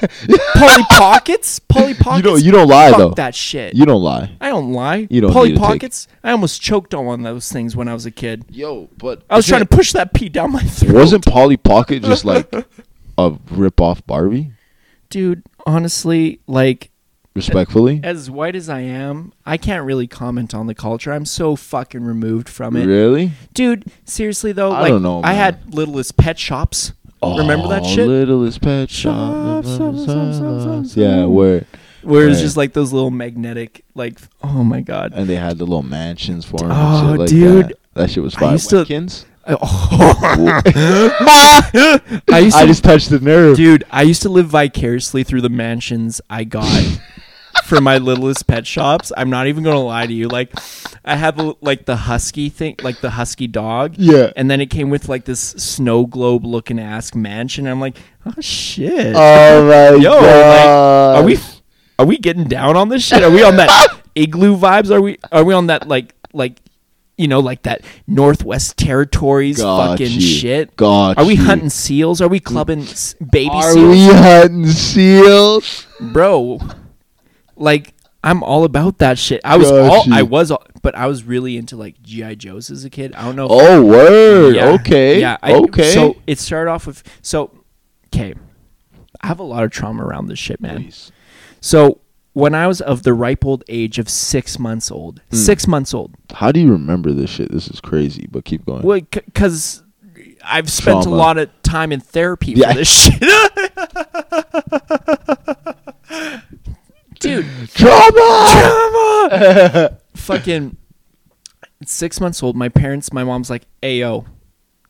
poly pockets, poly pockets. don't- you don't lie, fuck though. That shit. You don't lie. I don't lie. You don't poly need to take- pockets. I almost choked on one of those things when I was a kid. Yo, but I was trying to push that pee down my throat. Wasn't Polly Pocket just like a rip off Barbie? dude, honestly, like Respectfully. as white as I am, I can't really comment on the culture. I'm so fucking removed from it. Really? Dude, seriously though, I like don't know, I man. had littlest pet shops. Remember that Oh, shit? Littlest Pet Shop. Shop, shop, shop, shop, shop. Yeah, where Where it was Right. just like those little magnetic like oh my god. and they had the little mansions for him. Oh, and shit like dude. that. that shit was I fire. used to- Watkins? Uh, I used to, I just touched the nerve. dude, I used to live vicariously through the mansions I got for my littlest pet shops. I'm not even gonna lie to you. Like, I had the- like the husky thing, like the husky dog. Yeah. and then it came with like this snow globe looking ass mansion. I'm like, oh shit. Oh my Yo, like, god. are we are we getting down on this shit? Are we on that igloo vibes? Are we are we on that like like you know like that Northwest Territories Got fucking you. shit? Got are we you. hunting seals? Are we clubbing s- baby Are we seals, hunting seals? bro? Like I'm all about that shit. I was Got all you. I was, all, but I was really into like GI Joes as a kid. I don't know. if- Oh word. yeah. Okay. Yeah. I, okay. So it started off with so. Okay. I have a lot of trauma around this shit, man. Please. So when I was of the ripe old age of six months old, Hmm. six months old, How do you remember this shit? This is crazy, but keep going. because I've spent Trauma. a lot of time in therapy Yeah. for this shit, dude. Trauma! Fucking six months old. My parents, my mom's like, "Ayo,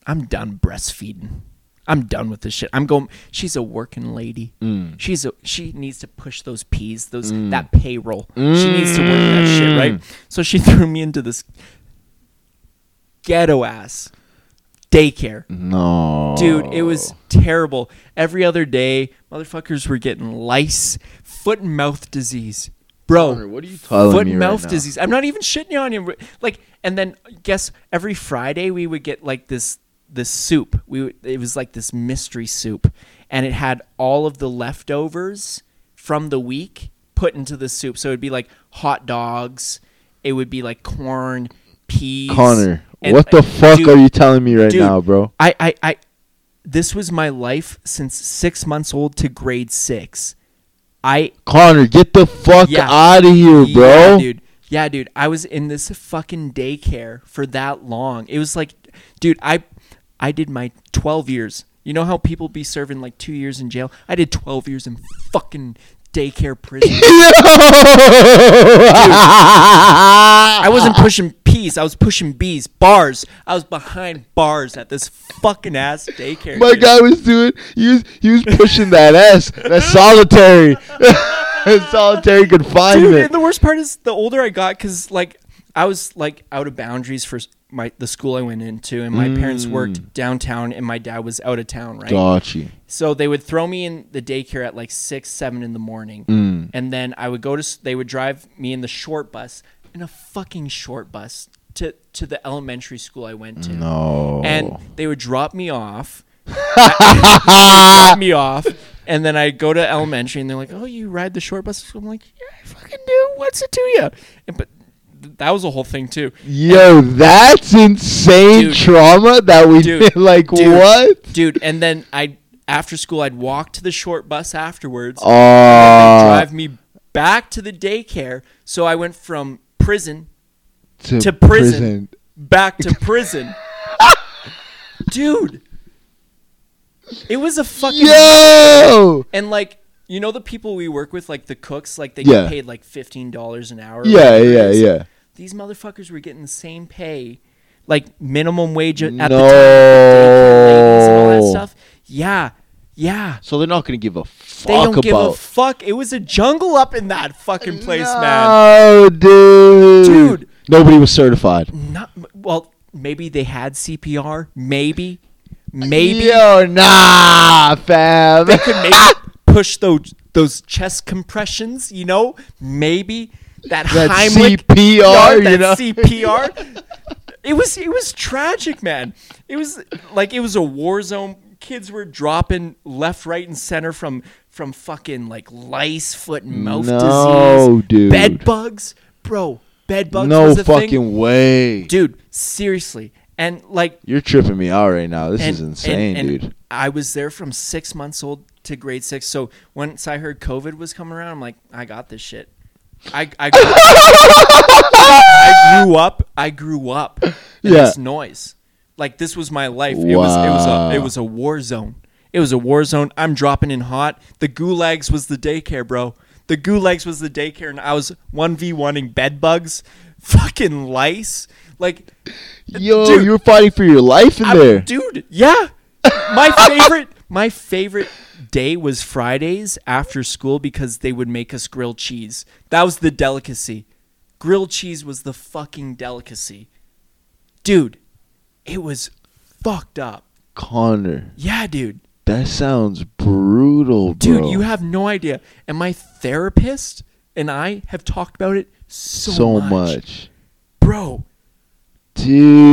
I'm done breastfeeding." I'm done with this shit. I'm going. She's a working lady. Mm. She's a. She needs to push those peas, those that payroll. She needs to work that Mm. shit, right? So she threw me into this ghetto ass daycare. No. Dude, it Oh. was terrible. Every other day, motherfuckers were getting lice, foot and mouth disease. Bro, Connor, what are you telling Foot me and right mouth now? disease. I'm not even shitting on you. Like, and then guess every Friday we would get like this this soup. We would, it was like this mystery soup, and it had all of the leftovers from the week put into the soup. So it'd be like hot dogs. It would be like corn, peas. Connor, and- what the fuck Dude, are you telling me right dude, now, bro? I, I, I, this was my life since six months old to grade six. I, Connor, get the fuck Yeah. out of here, bro. yeah, dude, yeah, dude, I was in this fucking daycare for that long. It was like, dude, I, I did my twelve years. You know how people be serving like two years in jail? I did twelve years in fucking daycare prison. I wasn't pushing peas. I was pushing bees, bars. I was behind bars at this fucking ass daycare. My dude. guy was doing. He was he was pushing that ass. That solitary, that solitary Dude, confinement. and the worst part is the older I got, because like I was like out of boundaries for s- my the school I went into, and my parents worked downtown, and my dad was out of town, right? Got you. So they would throw me in the daycare at like six, seven in the morning, and then I would go to. s- They would drive me in the short bus, in a fucking short bus, to to the elementary school I went Mm. to No. and they would drop me off, drop me off, and then I go to elementary, and they're like, "Oh, you ride the short bus?" I'm like, "Yeah, I fucking do. What's it to you?" And, but th- that was a whole thing too. Yo, that's insane Dude. trauma that we Dude, did. Like dude, what? dude? And then I, after school, I'd walk to the short bus afterwards, Oh, Ah, drive me back to the daycare. So I went from prison to prison. back to prison, dude. It was a fucking Yo. And like you know the people we work with, like the cooks, like they Yeah. get paid like fifteen dollars an hour. or Yeah, whatever it yeah, is. yeah. These motherfuckers were getting the same pay, like minimum wage at the time. No. ladies and all that stuff. Yeah, yeah. So they're not gonna give a fuck They don't about. give a fuck. It was a jungle up in that fucking place, man. no, dude. Dude. Nobody was certified. Not well. Maybe they had CPR. Maybe, Uh, maybe Yo, nah, fam. they could maybe Ah! push those those chest compressions, you know, maybe that, That Heimlich CPR, yard, you that know? CPR. it was it was tragic, man. It was like it was a war zone. Kids were dropping left, right, and center from from fucking like lice, foot and mouth No, disease, dude. bed bugs, bro. Bed bugs no was a fucking thing, way. dude. Seriously, and like You're tripping me out right now. This and- is insane, and- and dude. I was there from six months old to grade six. So once I heard COVID was coming around, I'm like, I got this shit. I I, I grew up. I grew up. in Yeah. This noise, like this was my life. It was it was a, it was a war zone. It was a war zone. I'm dropping in hot. The gulags was the daycare, bro. The gulags was the daycare, and I was one v one ing bed bugs, fucking lice. Like, Yo, Dude. you were fighting for your life in I'm- there. dude. Yeah, my favorite, my favorite day was Fridays after school because they would make us grilled cheese. That was the delicacy. Grilled cheese was the fucking delicacy, dude. It was fucked up. Connor, Yeah, dude. that sounds brutal, bro. Dude, you have no idea. And my therapist and I have talked about it so, much. Bro,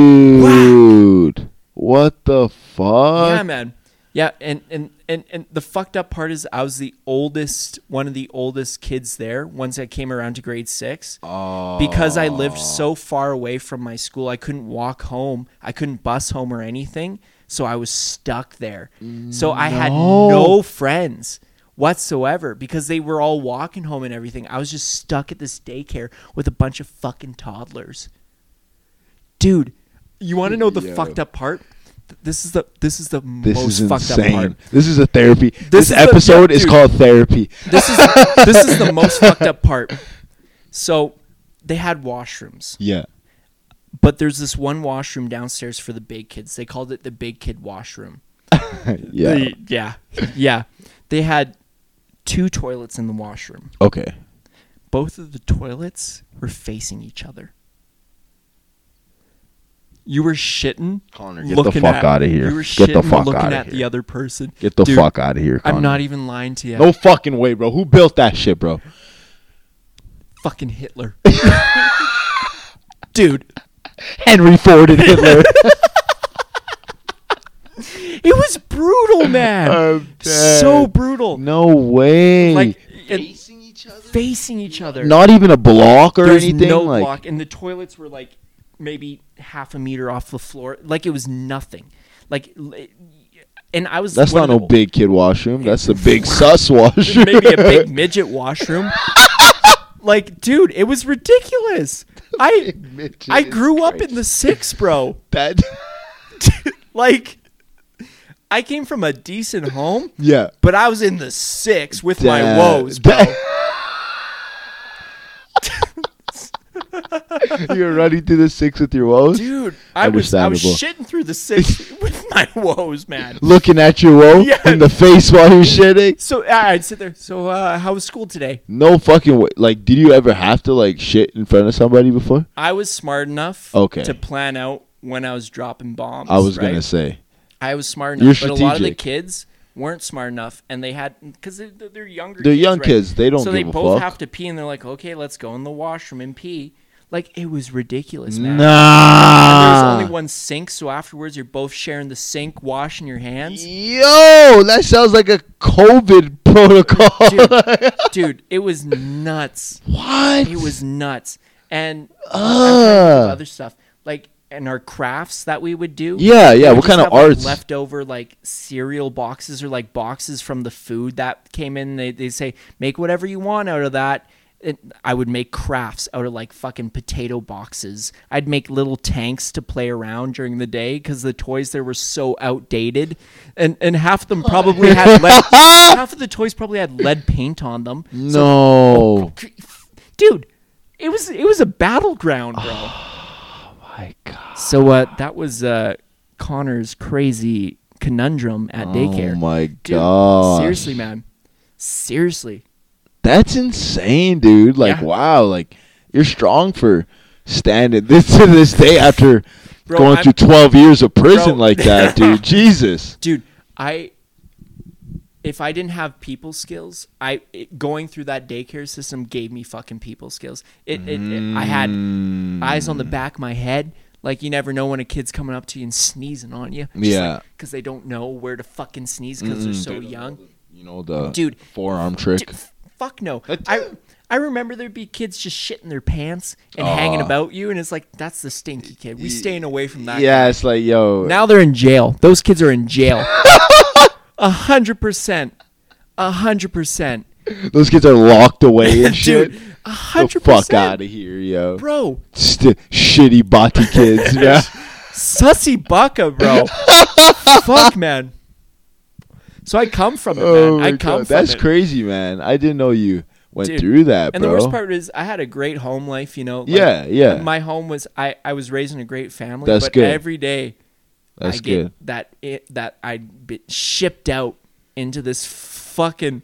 Dude. What the fuck? yeah, man. Yeah, and, and, and, and the fucked up part is I was the oldest, one of the oldest kids there once I came around to grade six. Because I lived so far away from my school, I couldn't walk home. I couldn't bus home or anything. So I was stuck there. So I had No. no friends whatsoever because they were all walking home and everything. I was just stuck at this daycare with a bunch of fucking toddlers. Dude, you want to know the Yeah. fucked up part? Th- This is the this is the This most is fucked insane. up part. This is a therapy. This This, is a- episode yeah, is dude. called therapy. This is this is the most fucked up part. So they had washrooms. Yeah. But there's this one washroom downstairs for the big kids. They called it the big kid washroom. Yeah. The- yeah. Yeah. They had two toilets in the washroom. okay. Both of the toilets were facing each other. You were shitting. Connor, get the looking fuck at- outta here. You were Get shitting the fuck looking outta at the here. other person. Get the Dude, fuck out of here, Connor. I'm not even lying to you. No fucking way, bro. Who built that shit, bro? Fucking Hitler. Dude. Henry Ford and Hitler. It was brutal, man. I'm dead. So brutal. no way. Like facing each other. Facing each other. Mm. not even a block or There's anything. no like block, and the toilets were like maybe half a meter off the floor. Like it was nothing. Like, l- and I was. that's one not of no the- big kid washroom. That's the big sus washroom. Maybe a big midget washroom. like, dude, it was ridiculous. I midget I is grew up crazy. in the six, bro. that. like, I came from a decent home. yeah. But I was in the six with my That- woes, bro. that- You're running through the six with your woes, Dude, I was I was Understandable. shitting through the six with my woes, man. looking at your woe Yeah. in the face while you're shitting. So I- I'd sit there. So uh, how was school today? No fucking way. Like, did you ever have to like shit in front of somebody before? I was smart enough Okay. to plan out when I was dropping bombs. I was gonna right? say I was smart You're enough, but a lot of the strategic. kids weren't smart enough, and they had because they're, they're younger. They're kids, young right? kids, they don't So they give a both fuck. have to pee, and they're like, "Okay, let's go in the washroom and pee." Like it was ridiculous, man. There's nah. only one sink, so afterwards you're both sharing the sink, washing your hands. Yo, that sounds like a COVID protocol. Dude, dude, it was nuts. what? It was nuts. And I'm trying to think Ah. of other stuff like and our crafts that we would do. Yeah, We yeah, would what just kind of have, like, arts? leftover like cereal boxes or like boxes from the food that came in. They they say make whatever you want out of that. And I would make crafts out of like fucking potato boxes. I'd make little tanks to play around during the day because the toys there were so outdated, and and half of them probably had lead, half of the toys probably had lead paint on them. no. So dude it was it was a battleground bro oh my God. so uh that was uh connor's crazy conundrum at daycare Oh my dude god. seriously man seriously That's insane, dude. Like Yeah. wow, like you're strong for standing this to this day after Bro, going I'm- through 12 years of prison Bro. like that, dude. Jesus. dude i if i didn't have people skills i it, going through that daycare system gave me fucking people skills it, it, it i had eyes on the Mm. back of my head like you never know when a kid's coming up to you and sneezing on you Yeah. because they don't know where to fucking sneeze because they're so young You know the Dude. forearm trick. Dude, f- fuck no. That's- I I remember there'd be kids just shitting their pants and hanging about you, and it's like that's the stinky kid. We staying away from that. yeah, it's like yo. Now they're in jail. Those kids are in jail. A hundred percent. A hundred percent. those kids are locked away and shit. Dude, a The hundred percent. fuck out of here, yo. Bro, St- shitty boty kids, yeah. sussy bucka, bro. fuck, man. So I come from it, man. Oh my I come God, from That's it. crazy, man. I didn't know you went Dude, through that, And bro. the worst part is, I had a great home life. You know. like, Yeah, yeah. My home was I. I was raised in a great family. That's but good. Every day, That's I get good. that it, that I'd been shipped out into this fucking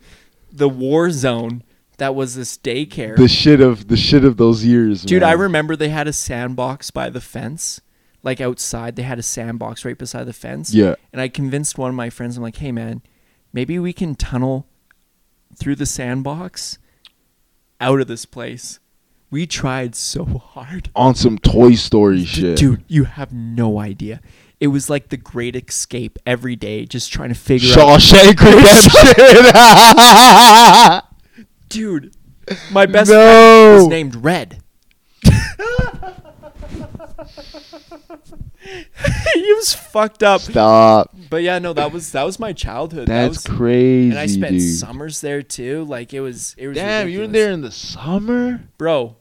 the war zone that was this daycare. The shit of the shit of those years, Dude, I man. remember they had a sandbox by the fence, like outside. They had a sandbox right beside the fence. Yeah. And I convinced one of my friends. I'm like, hey man, maybe we can tunnel through the sandbox out of this place. We tried so hard. on some Toy Story shit, Dude, you have no idea. It was like the great escape every day, just trying to figure out. Shawshank Redemption. Dude, my best No. friend was named Red. he was fucked up. Stop. But yeah, no, that was that was my childhood. That That's was- crazy, And I spent dude. summers there too. Like it was, it was. Damn, you were ridiculous. there in the summer, bro,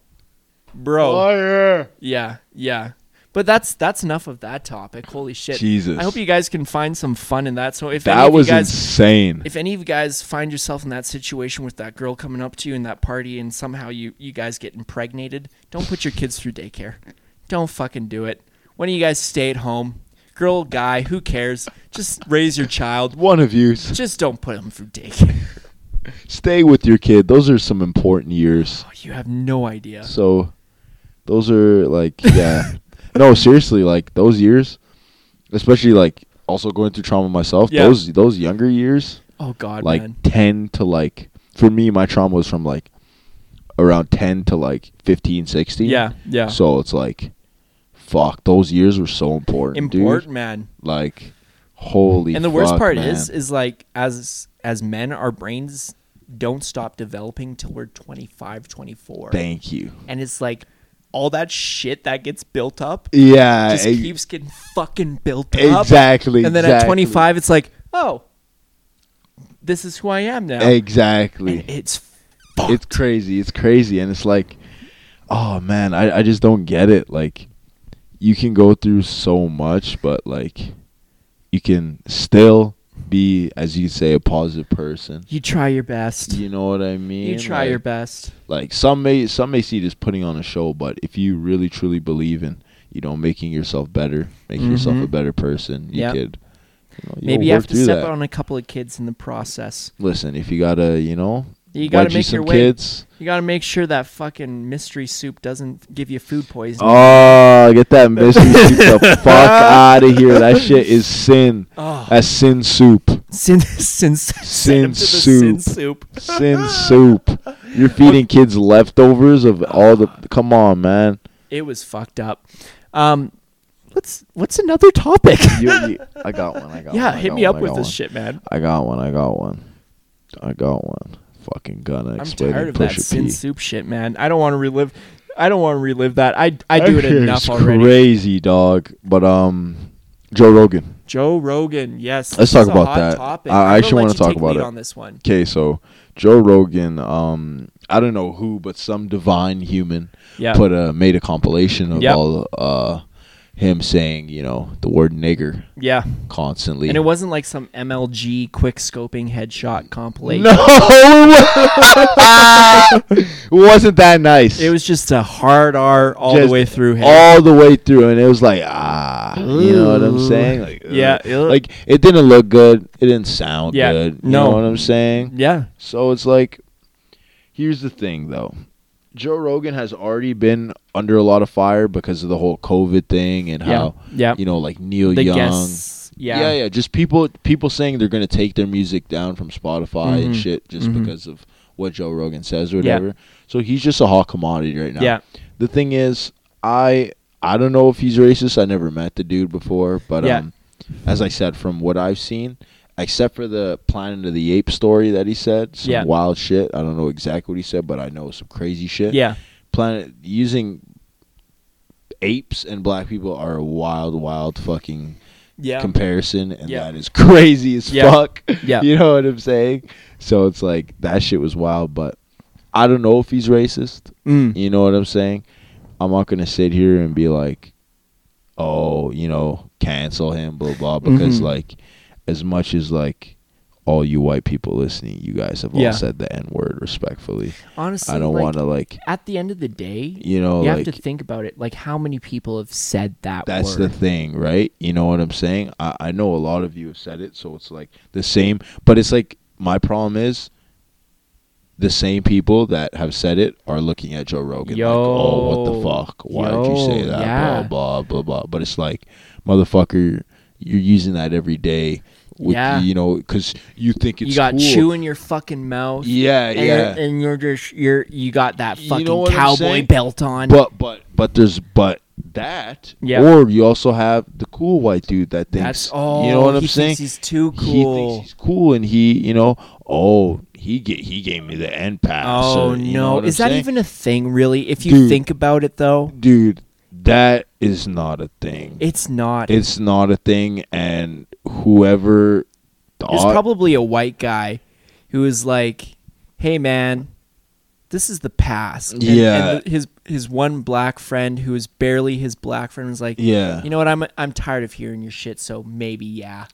bro. Fire. Yeah, yeah. But that's that's enough of that topic. Holy shit. Jesus. I hope you guys can find some fun in that. So if any That of was you guys insane. if any of you guys find yourself in that situation with that girl coming up to you in that party and somehow you, you guys get impregnated, don't put your kids through daycare. Don't fucking do it. Why don't you guys stay at home? Girl, guy, who cares? Just raise your child. One of you s- Just don't put them through daycare. stay with your kid. Those are some important years. You have no idea. So, those are like, yeah. no, seriously, like those years, especially like also going through trauma myself. Yeah. Those those younger years, Oh God, like man. ten to like for me, my trauma was from like around ten to like 15, 16. Yeah, yeah. So it's like, fuck, those years were so important, Important, dude. man. Like, holy. and the worst fuck, part man. is is like as as men our brains don't stop developing till we're 25 24 thank you. and it's like all that shit that gets built up Yeah, just e- keeps getting fucking built up exactly. and then at exactly. 25 it's like oh this is who i am now exactly. and it's fucked. it's crazy. It's crazy, and it's like, oh man, I I just don't get it. Like, you can go through so much, but like, you can still be, as you say, a positive person. you try your best You know what I mean? you try like, your best like some may some may see it as putting on a show, but if you really truly believe in you know making yourself better, making yourself a Mhm. better person, you Yep. could. You know, you'll maybe you have work to through step that. on a couple of kids in the process Listen, if you gotta, you know, you gotta wedgie make some your way kids. You gotta make sure that fucking mystery soup doesn't give you food poisoning. Oh, get that mystery soup the fuck out of here. That shit is sin. Oh. That's sin soup. Sin, sin, sin, Sin to the sin soup. soup. Sin soup. You're feeding kids leftovers of all the. Come on, man. It was fucked up. Um, let's. What's another topic? You, you- I got one. I got yeah, one. I hit got me one, up I with got this one. shit, man. I got one. I got one. I got one. Fucking gonna I'm explain tired it. of that Push sin soup shit, man. I don't want to relive. I don't want to relive that. I I do it shit enough is already. Crazy dog. But um, Joe Rogan. Joe Rogan, yes. Let's this talk is a about hot that. Topic. I- I I'm gonna actually let wanna you talk take about lead it. on this one. Okay, so Joe Rogan, um, I don't know who, but some divine human Yeah. put a made a compilation of Yep. all uh him saying, you know, the word nigger Yeah, constantly. and it wasn't like some MLG quick scoping headshot compilation. no, it wasn't that nice. It was just a hard R all the Just way through. Him. all the way through, and it was like ah, you know what I'm Ooh. saying? Like, Yeah, ugh. it'll- like it didn't look good. It didn't sound Yeah, good. You no. know what I'm saying? yeah, So it's like, here's the thing though. Joe Rogan has already been under a lot of fire because of the whole COVID thing and yeah, how yeah. you know like Neil the Young. guests, yeah, yeah, Just people people saying they're gonna take their music down from Spotify and Mhm. shit just Mhm. because of what Joe Rogan says or whatever. So he's just a hot commodity right now. Yeah. The thing is, I I don't know if he's racist. I never met the dude before, but Yeah. um, as I said, from what I've seen, except for the Planet of the Apes story that he said, some Yeah. wild shit. I don't know exactly what he said, but I know some crazy shit. yeah, Planet using apes and black people are a wild, wild fucking yeah. comparison, and Yeah. that is crazy as Yeah. fuck. Yeah. you know what I'm saying? So it's like that shit was wild, but I don't know if he's racist. Mm. You know what I'm saying? I'm not gonna sit here and be like, oh, you know, cancel him, blah blah, because Mhm. like, as much as like, all you white people listening, you guys have Yeah. all said the N word respectfully. Honestly, I don't like, want to like At the end of the day, you know you like have to think about it. Like how many people have said that? that's word. the thing, right? You know what I'm saying? I, I know a lot of you have said it, so it's like the same. But it's like my problem is the same people that have said it are looking at Joe Rogan like, oh, Yo. what the fuck? Why did you say Yo, that? yeah. Blah blah blah blah. But it's like, motherfucker, you're using that every day. With, Yeah. you know, because you think it's You got cool. chew in your fucking mouth. Yeah, and, yeah. and you're just you're you got that You know fucking what I'm cowboy saying? belt on. But but but there's but that Yeah. or you also have the cool white dude that thinks that's all. you know what he I'm thinks saying. He's too He cool. thinks he's cool and he you know oh he ga- he gave me the end pass. oh or, you know no, what I'm is that saying? even a thing? Really, if you Dude. think about it, though, dude? That is not a thing. it's not. it's not a thing, and whoever There's thought probably a white guy who is like, "Hey, man, this is the past." And, Yeah. And the- his his one black friend who is barely his black friend was like, Yeah. you know what? I'm I'm tired of hearing your shit, so maybe yeah."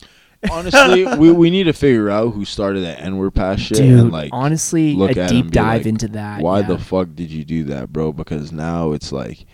honestly, we, we need to figure out who started that N word pass shit Dude, and like honestly, look a at it deep and be dive like, into that. Why yeah. the fuck did you do that, bro? Because now it's like,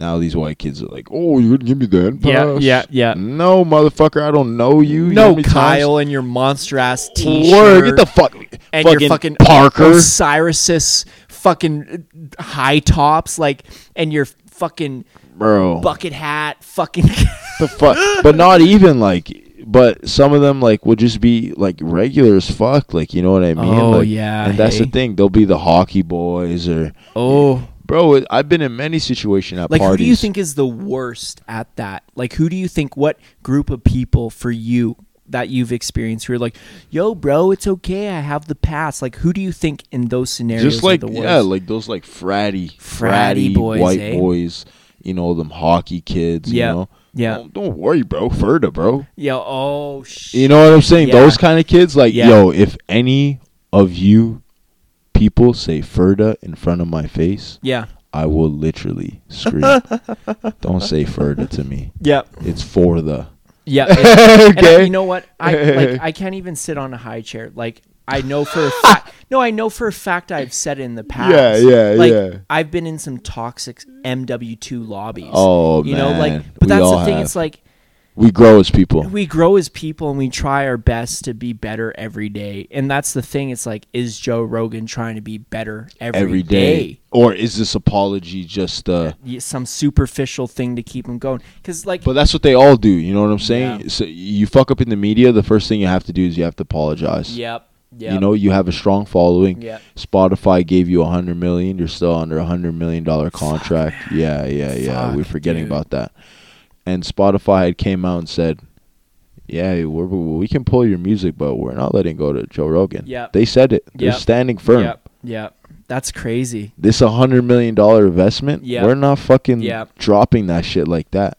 now these white kids are like, oh, you didn't give me the end Yeah, pass. yeah, yeah. No, motherfucker, I don't know you. you know how no, many Kyle and your monster ass Times- t-shirt. Word, get the fuck. and fucking your fucking Parker. Osiris's fucking high tops, like, and your fucking bro. bucket hat, fucking. the fuck. But not even like. But some of them like will just be like regular as fuck, like you know what I mean. Oh, Like, yeah, and that's the hey. thing. They'll be the hockey boys or oh, bro. it- I've been in many situations at like parties. who do you think is the worst at that? Like, who do you think? What group of people for you that you've experienced who are like, "Yo, bro, it's okay. I have the pass." Like, who do you think in those scenarios just like are the worst? yeah, like those like fratty, Fratty fratty, boys, white eh? boys. You know them hockey kids. Yeah, You know? yeah. Don't, don't worry, bro. Further, bro. Yo, oh shit. You know what I'm saying? Yeah. Those kind of kids, like Yeah. yo, if any of you people say Ferda in front of my face, Yeah. I will literally scream. don't say Ferda to me. Yep. It's for the Yeah. it- And I- okay. you know what? I like I can't even sit on a high chair. Like I know for a fact. No, I know for a fact I've said it in the past. Yeah, yeah, like, yeah. I've been in some toxic MW2 lobbies. Oh, you know, like, man, but we that's the all thing. have. It's like we grow as people. we grow as people and we try our best to be better every day. And that's the thing. It's like, is Joe Rogan trying to be better Every day. or is this apology just uh Y- Some superficial thing to keep him going. Because like, But that's what they all do. You know what I'm saying? Yeah. So you fuck up in the media. The first thing you have to do is you have to apologize. yep, yep. You know, you have a strong following. Yep. Spotify gave you a hundred million. You're still under a hundred million dollar contract. yeah, yeah, yeah. We're Fuck, forgetting dude. about that. And Spotify had came out and said, "Yeah, we're, we can pull your music, but we're not letting go to Joe Rogan." Yep. They said it. They're Yep. standing firm. Yep, yep. That's crazy. This a hundred million dollar investment. Yep. We're not fucking Yep. dropping that shit like that.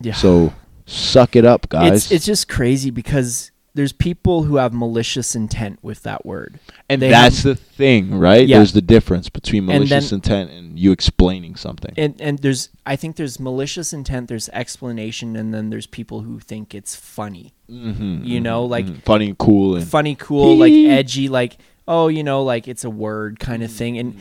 Yeah. So suck it up, guys. It's, it's just crazy because there's people who have malicious intent with that word. and they that's the thing, right? Yeah. There's the difference between And then- malicious intent and you explaining something. And and there's I think there's malicious intent, there's explanation, and then there's people who think it's funny. mm-hmm, You know, like funny and cool and funny, cool, like edgy, like oh, you know, like it's a word kind of thing. And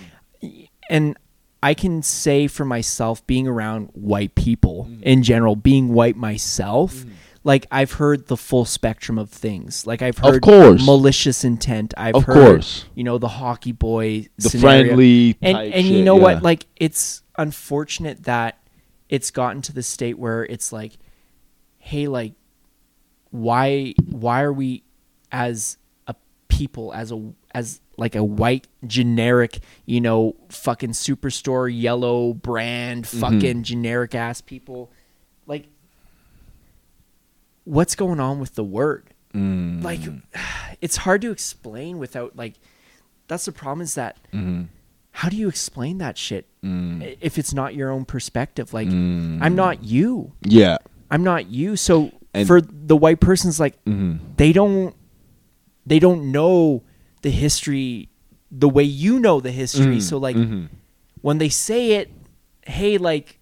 and I can say for myself, being around white people Mm. in general, being white myself, like I've heard the full spectrum of things. Like I've Of heard course. malicious intent. I've Of heard course. you know the hockey boy, The scenario. friendly and type and you shit, know yeah. what? Like it's unfortunate that it's gotten to the state where it's like, hey, like why why are we as a people as a as like a white generic you know fucking superstore yellow brand Mm-hmm. fucking generic ass people like what's going on with the word Mm. like it's hard to explain without like that's the problem is that how do you explain that shit Mm. i- if it's not your own perspective like i'm not you yeah, I'm not you. So And- Mm-hmm. for the white person's like they don't they don't know the history the way Mm. Mm-hmm. you know the history. So like when they say it, hey, like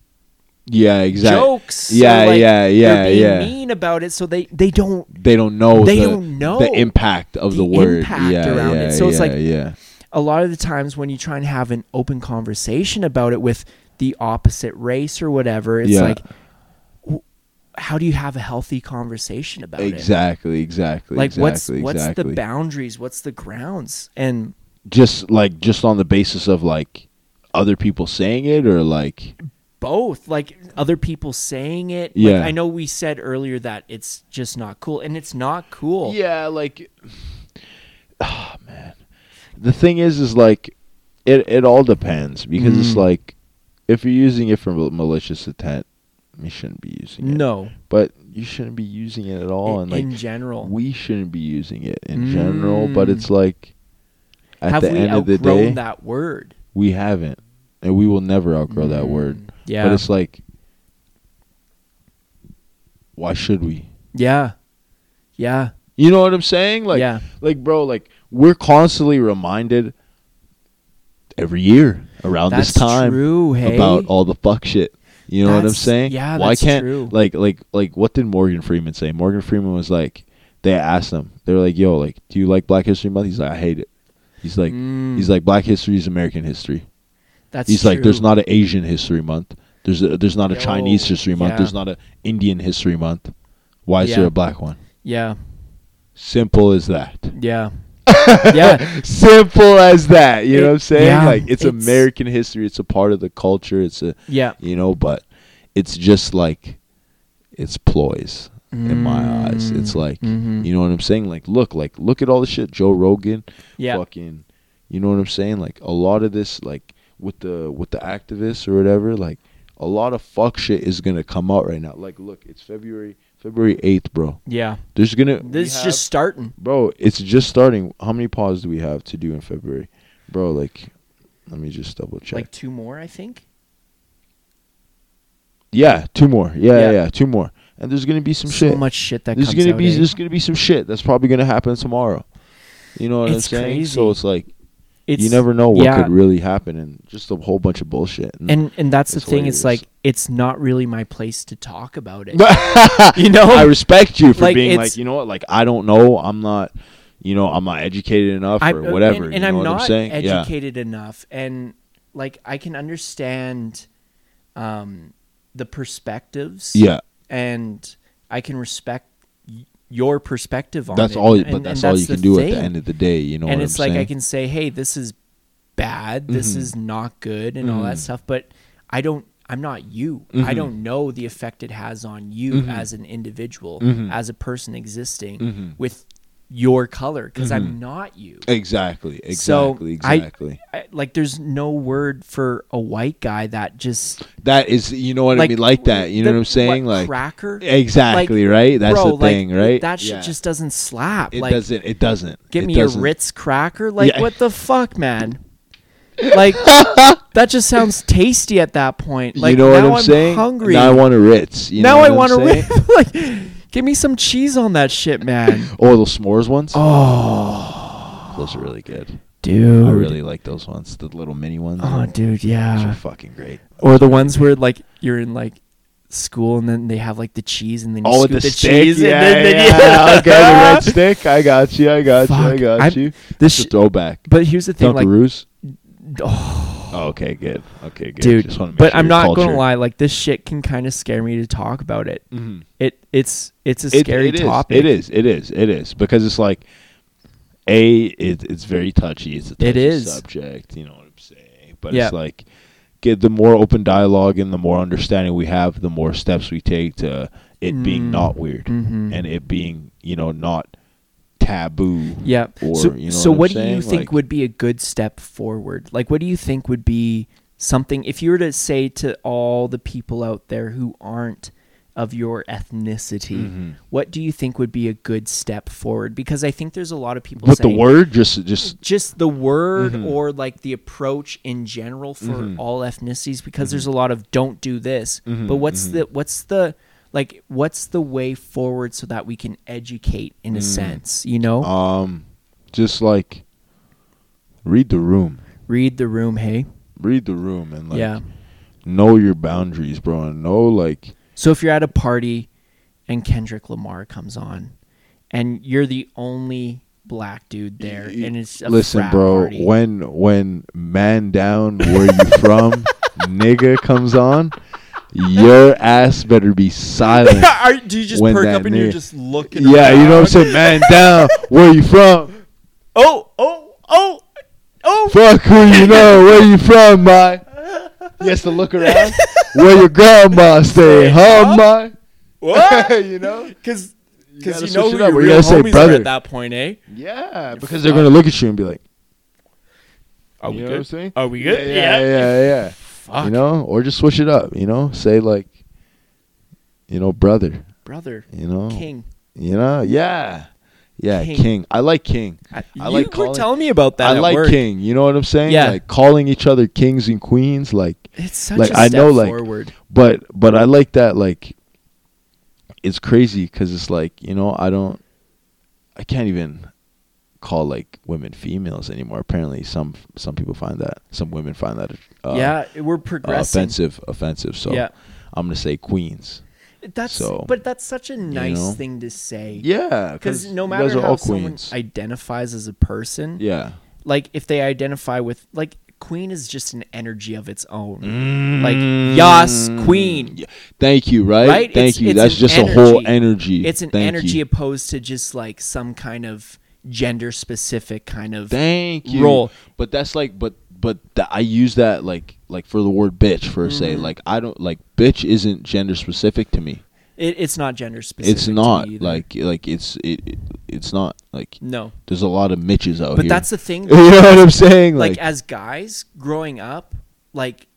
Yeah, exactly. jokes. or, Yeah, like, yeah, yeah, they're being yeah. Mean about it, so they they don't They don't know. They the, don't know the impact of the, the word. impact yeah, around it. yeah, So it's yeah, like- yeah, a lot of the times when you try and have an open conversation about it with the opposite race or whatever, it's Yeah. like, w- how do you have a healthy conversation about it? exactly, exactly. Like, what's exactly, what's exactly. the boundaries? What's the grounds? And just like just on the basis of like other people saying it or like both, like other people saying it. Yeah. Like, I know we said earlier that it's just not cool, and it's not cool. yeah like oh man the thing is is like it it all depends because it's Mm. like if you're using it for mal- malicious intent you shouldn't be using it No, but you shouldn't be using it at all in, and like in general. we shouldn't be using it in general but Mm. it's like at have the we end of the outgrown day that word? we haven't and we will never outgrow that word Mm. Yeah. But it's like, why should we? yeah. Yeah. You know what I'm saying? Like, yeah. like, bro, like we're constantly reminded every year around this time true, hey? about all the fuck shit. You know what I'm That's- saying? yeah, Why that's can't true. like like like what did Morgan Freeman say? Morgan Freeman was like, they asked him, they were like, yo, like, do you like Black History Month? He's like, I hate it. He's like, Mm. he's like, Black History is American history. That's He's like, there's true. not an Asian History Month. There's a, there's not a Yo, Chinese History Month. yeah. There's not a Indian History Month. Why is Yeah. there a black one? Yeah, Simple as that. yeah, yeah. Simple as that. You It- know what I'm saying? yeah, like it's, it's- American history. It's a part of the culture. It's a Yeah. you know, but it's just like it's ploys in my eyes. It's like Mhm. you know what I'm saying? Like look, like look at all the shit Joe Rogan Yeah. fucking you know what I'm saying? Like a lot of this like with the with the activists or whatever, like a lot of fuck shit is gonna come out right now. Like look, it's February February eighth, bro. Yeah. There's gonna we This is have- just starting. bro it's just starting how many pods do we have to do in february bro like let me just double check Like two more, I think. yeah two more yeah, yeah Yeah. yeah two more and there's gonna be some so shit much shit that there's comes gonna out. be eh? there's gonna be some shit that's probably gonna happen tomorrow you know what i'm It's saying so crazy. it's like It's- you never know what yeah. could really happen and just a whole bunch of bullshit And and that's the It's thing. It's hilarious. like it's not really my place to talk about it. you know i respect you for Like, being it's- like you know what like i don't know i'm not you know i'm not educated enough I'm- or whatever and, you and know I'm what not i'm saying yeah educated enough, and like I can understand, um, the perspectives. yeah and I can respect y- your perspective on that's it. all and, but and that's all you the can do at thing. the end of the day you know and what it's I'm saying? like Mm-hmm. I can say, "Hey, this is bad. This is not good," and all that stuff. But I don't. I'm not you. Mm-hmm. I don't know the effect it has on you as an individual, Mm-hmm. as a person existing with your color, because I'm not you. Exactly. So, Mm-hmm. E-, Exactly. I- exactly. I, like, there's no word for a white guy that just that is, you know what I like mean, like that. You know the- what I'm saying? what, like cracker. exactly Like, right. That's bro, the like, thing, right? That shit Yeah. just doesn't slap. it like, doesn't. It doesn't. Give It me doesn't. a Ritz cracker? Like Yeah. what the fuck, man? Like that just sounds tasty at that point. Like you know now what I'm, saying? hungry. Now I want a Ritz. You Now know I what want I'm to saying? rip. like give me some cheese on that shit, man. Oh, those s'mores ones. oh, Those are really good. dude. I really like those ones. The little mini ones. Oh, dude, Those are yeah. fucking great. Or the ones where like you're in like school and then they have like the cheese and then you Oh, scoop with the, the, stick. cheese yeah, and then, yeah. then you- okay, the red stick. I got you. I got you. I Fuck, got I'm- you. this It's a sh- throwback. But here's the thing, like Dunkaroos. oh, Oh, okay, good. Okay, good. dude. Just wanna make but sure I'm your not culture- gonna lie, like this shit can kind of scare me to talk about it. Mhm. It it's it's a It- scary it is. topic. It is. It is. It is because it's like a it, it's very touchy. It's a touchy It is. subject. You know what I'm saying? But Yeah. it's like get the more open dialogue and the more understanding we have, the more steps we take to it being Mm. not weird Mhm. and it being you know not taboo. Yeah. Or so you know so what, I'm what, do saying? you think Like, would be a good step forward? Like what do you think would be something if you were to say to all the people out there who aren't of your ethnicity, Mhm. what do you think would be a good step forward? Because I think there's a lot of people with the saying word just just just the word Mm-hmm. or like the approach in general for Mhm. all ethnicities because Mm-hmm. there's a lot of don't do this but what's the what's the like what's the way forward so that we can educate Mm. in a sense you know um just like read the room, read the room hey read the room, and like yeah know your boundaries, bro, and know like So if you're at a party and Kendrick Lamar comes on and you're the only black dude there and it's a listen, frat bro. party. When when man down, where you from, nigga comes on, your ass better be silent. Are- do you just when perk that up and you're nigga- just looking yeah, you know what I'm saying, around? man down, where you from? Oh, oh, oh, oh. Fuck who you know, where you from, my? He has to look around. Where your grandma stay, huh, my? What? you know? Because you, gotta know switch who it up, your or you real gotta say homies are brother. at that point, eh? Yeah, because they're gonna look at you and be like, Are you we know what I'm good? saying? Are we good? yeah, yeah, yeah. Fuck, You know, or just switch it up. You know, say like, you know, brother. brother, You know, king. You know, yeah, yeah, King. king. I like king. I, I you like were calling- telling me about that. I at like work. king. You know what I'm saying? Yeah. Like calling each other kings and queens. Like, It's such Like, a I step know, like- forward. but but I like that. Like, it's crazy because it's like you know I don't, I can't even call like women females anymore. Apparently, some some people find that some women find that uh, yeah, we're progressing. offensive, offensive. So Yeah. I'm gonna say queens. That's so, but that's such a nice know? thing to say. Yeah, Because no you matter guys are how all someone queens. identifies as a person, yeah, like if they identify with like queen is just an energy of its own. Mm, Like yas queen. Yeah. Thank you. Right. Right? Thank It's- you. it's That's an just a whole energy. It's an Thank energy You. opposed to just like some kind of gender specific kind of Thank you. role. But that's like, but but th- I use that like like for the word bitch for a say. Like I don't like bitch isn't gender specific to me. It, it's not gender specific. It's to not me either. like like it's it, it it's not like no. there's a lot of Mitches out But here. that's the thing. you know what I'm saying. like, Like, as guys growing up, like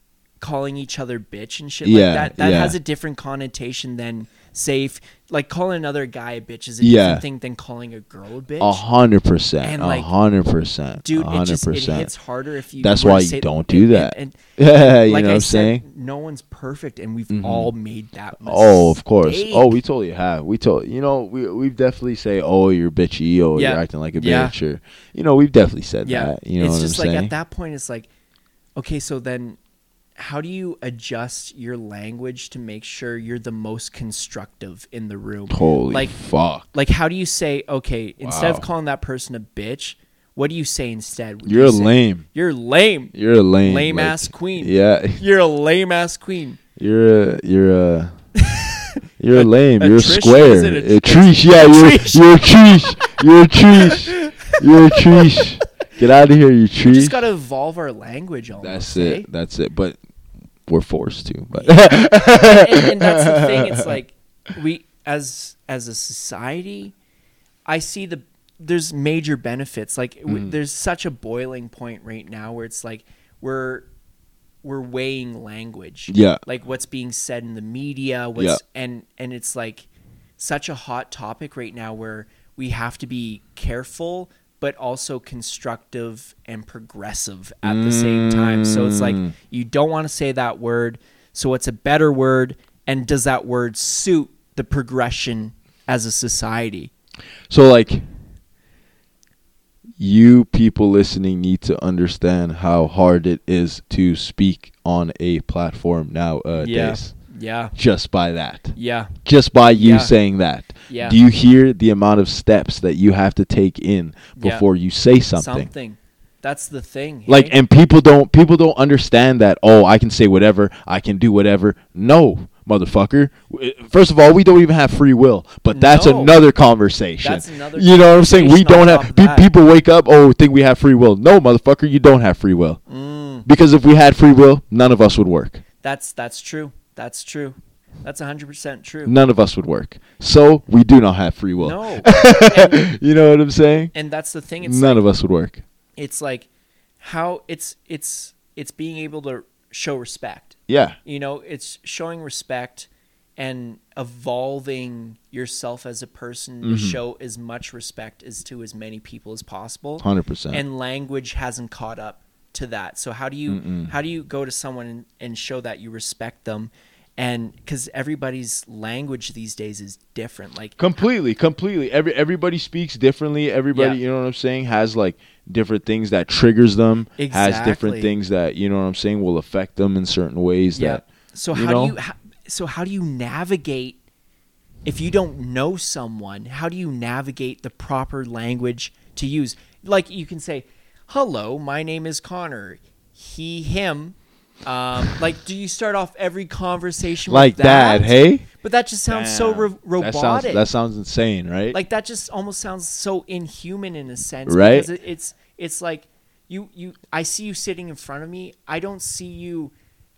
calling each other bitch and shit Yeah, like that, that yeah. has a different connotation than safe. Like calling another guy a bitch is a Yeah. different thing than calling a girl a bitch. a hundred percent. And, A like, hundred percent. Dude, a it hundred just it hits percent. harder if you. That's were to why you say- don't and- do that. and- and- Yeah, you like know I what I'm said, saying. Mm-hmm. No one's perfect, and we've all made that. Mistake. Oh, of course. Oh, we totally have. We told you know we we definitely say oh you're bitchy oh Yeah. you're acting like a Yeah. bitch or you know we've definitely said yeah. that. You know it's what just I'm like saying? at that point, it's like, okay, so then, how do you adjust your language to make sure you're the most constructive in the room? Holy like, fuck! like how do you say okay instead of Wow. calling that person a bitch, what do you say instead? Would You're you a say, lame. You're lame. You're a lame Lame like- ass queen. Yeah, You're a lame ass queen. you're a you're a you're a lame. a you're trish? Is square. it a a treesh. Yeah, you're Trish. you're a treesh. You're a treesh. You're a treesh. Get out of here, you We just treesh. gotta evolve our language. Almost, That's eh? it. That's it. But we're forced to. But and, and that's the thing. It's like we as as a society, I see the there's major benefits. Like w there's such a boiling point right now where it's like we're we're weighing language. Yeah. Like what's being said in the media, what's and and it's like such a hot topic right now where we have to be careful but also constructive and progressive at the same time. So it's Mm. like you don't want to say that word, so what's a better word and does that word suit the progression as a society? So like you people listening need to understand how hard it is to speak on a platform nowadays. Yeah. Just by that. Yeah. Just by you Yeah. saying that. Yeah. Do you hear the amount of steps that you have to take in Yeah. before you say something? Something. That's the thing. hey? Like and people don't people don't understand that oh I can say whatever, I can do whatever. No, motherfucker. W- eh, First of all, we don't even have free will, but that's No. another conversation. That's another you know what I'm saying? We conversation don't on top have of pe- that. people wake up oh think we have free will. No, motherfucker, you don't have free will. Mm. Because if we had free will, none of us would work. that's that's true. That's true. That's 100% true. None of us would work. So, we do not have free will. No. You know what I'm saying? and that's the thing. It's None of us would work. it's like how it's it's it's being able to show respect Yeah. you know it's showing respect and evolving yourself as a person to show as much respect as to as many people as possible 100%. and language hasn't caught up to that so how do you how do you go to someone and, and show that you respect them and because everybody's language these days is different. Like Completely, completely. Every everybody speaks differently. Everybody, Yeah. you know what I'm saying, has like different things that triggers them. Has different Exactly. things that you know what I'm saying will affect them in certain ways. yeah. That So you how know? do you how, so how do you navigate if you don't know someone? How do you navigate the proper language to use? Like you can say, "Hello, my name is Connor." He, him. Um, like, do you start off every conversation like with that? that, hey? But that just sounds so Damn. ro- That robotic. sounds that sounds insane, right? like that just almost sounds so inhuman in a sense Right? because it, it's it's like you you i see you sitting in front of me i don't see you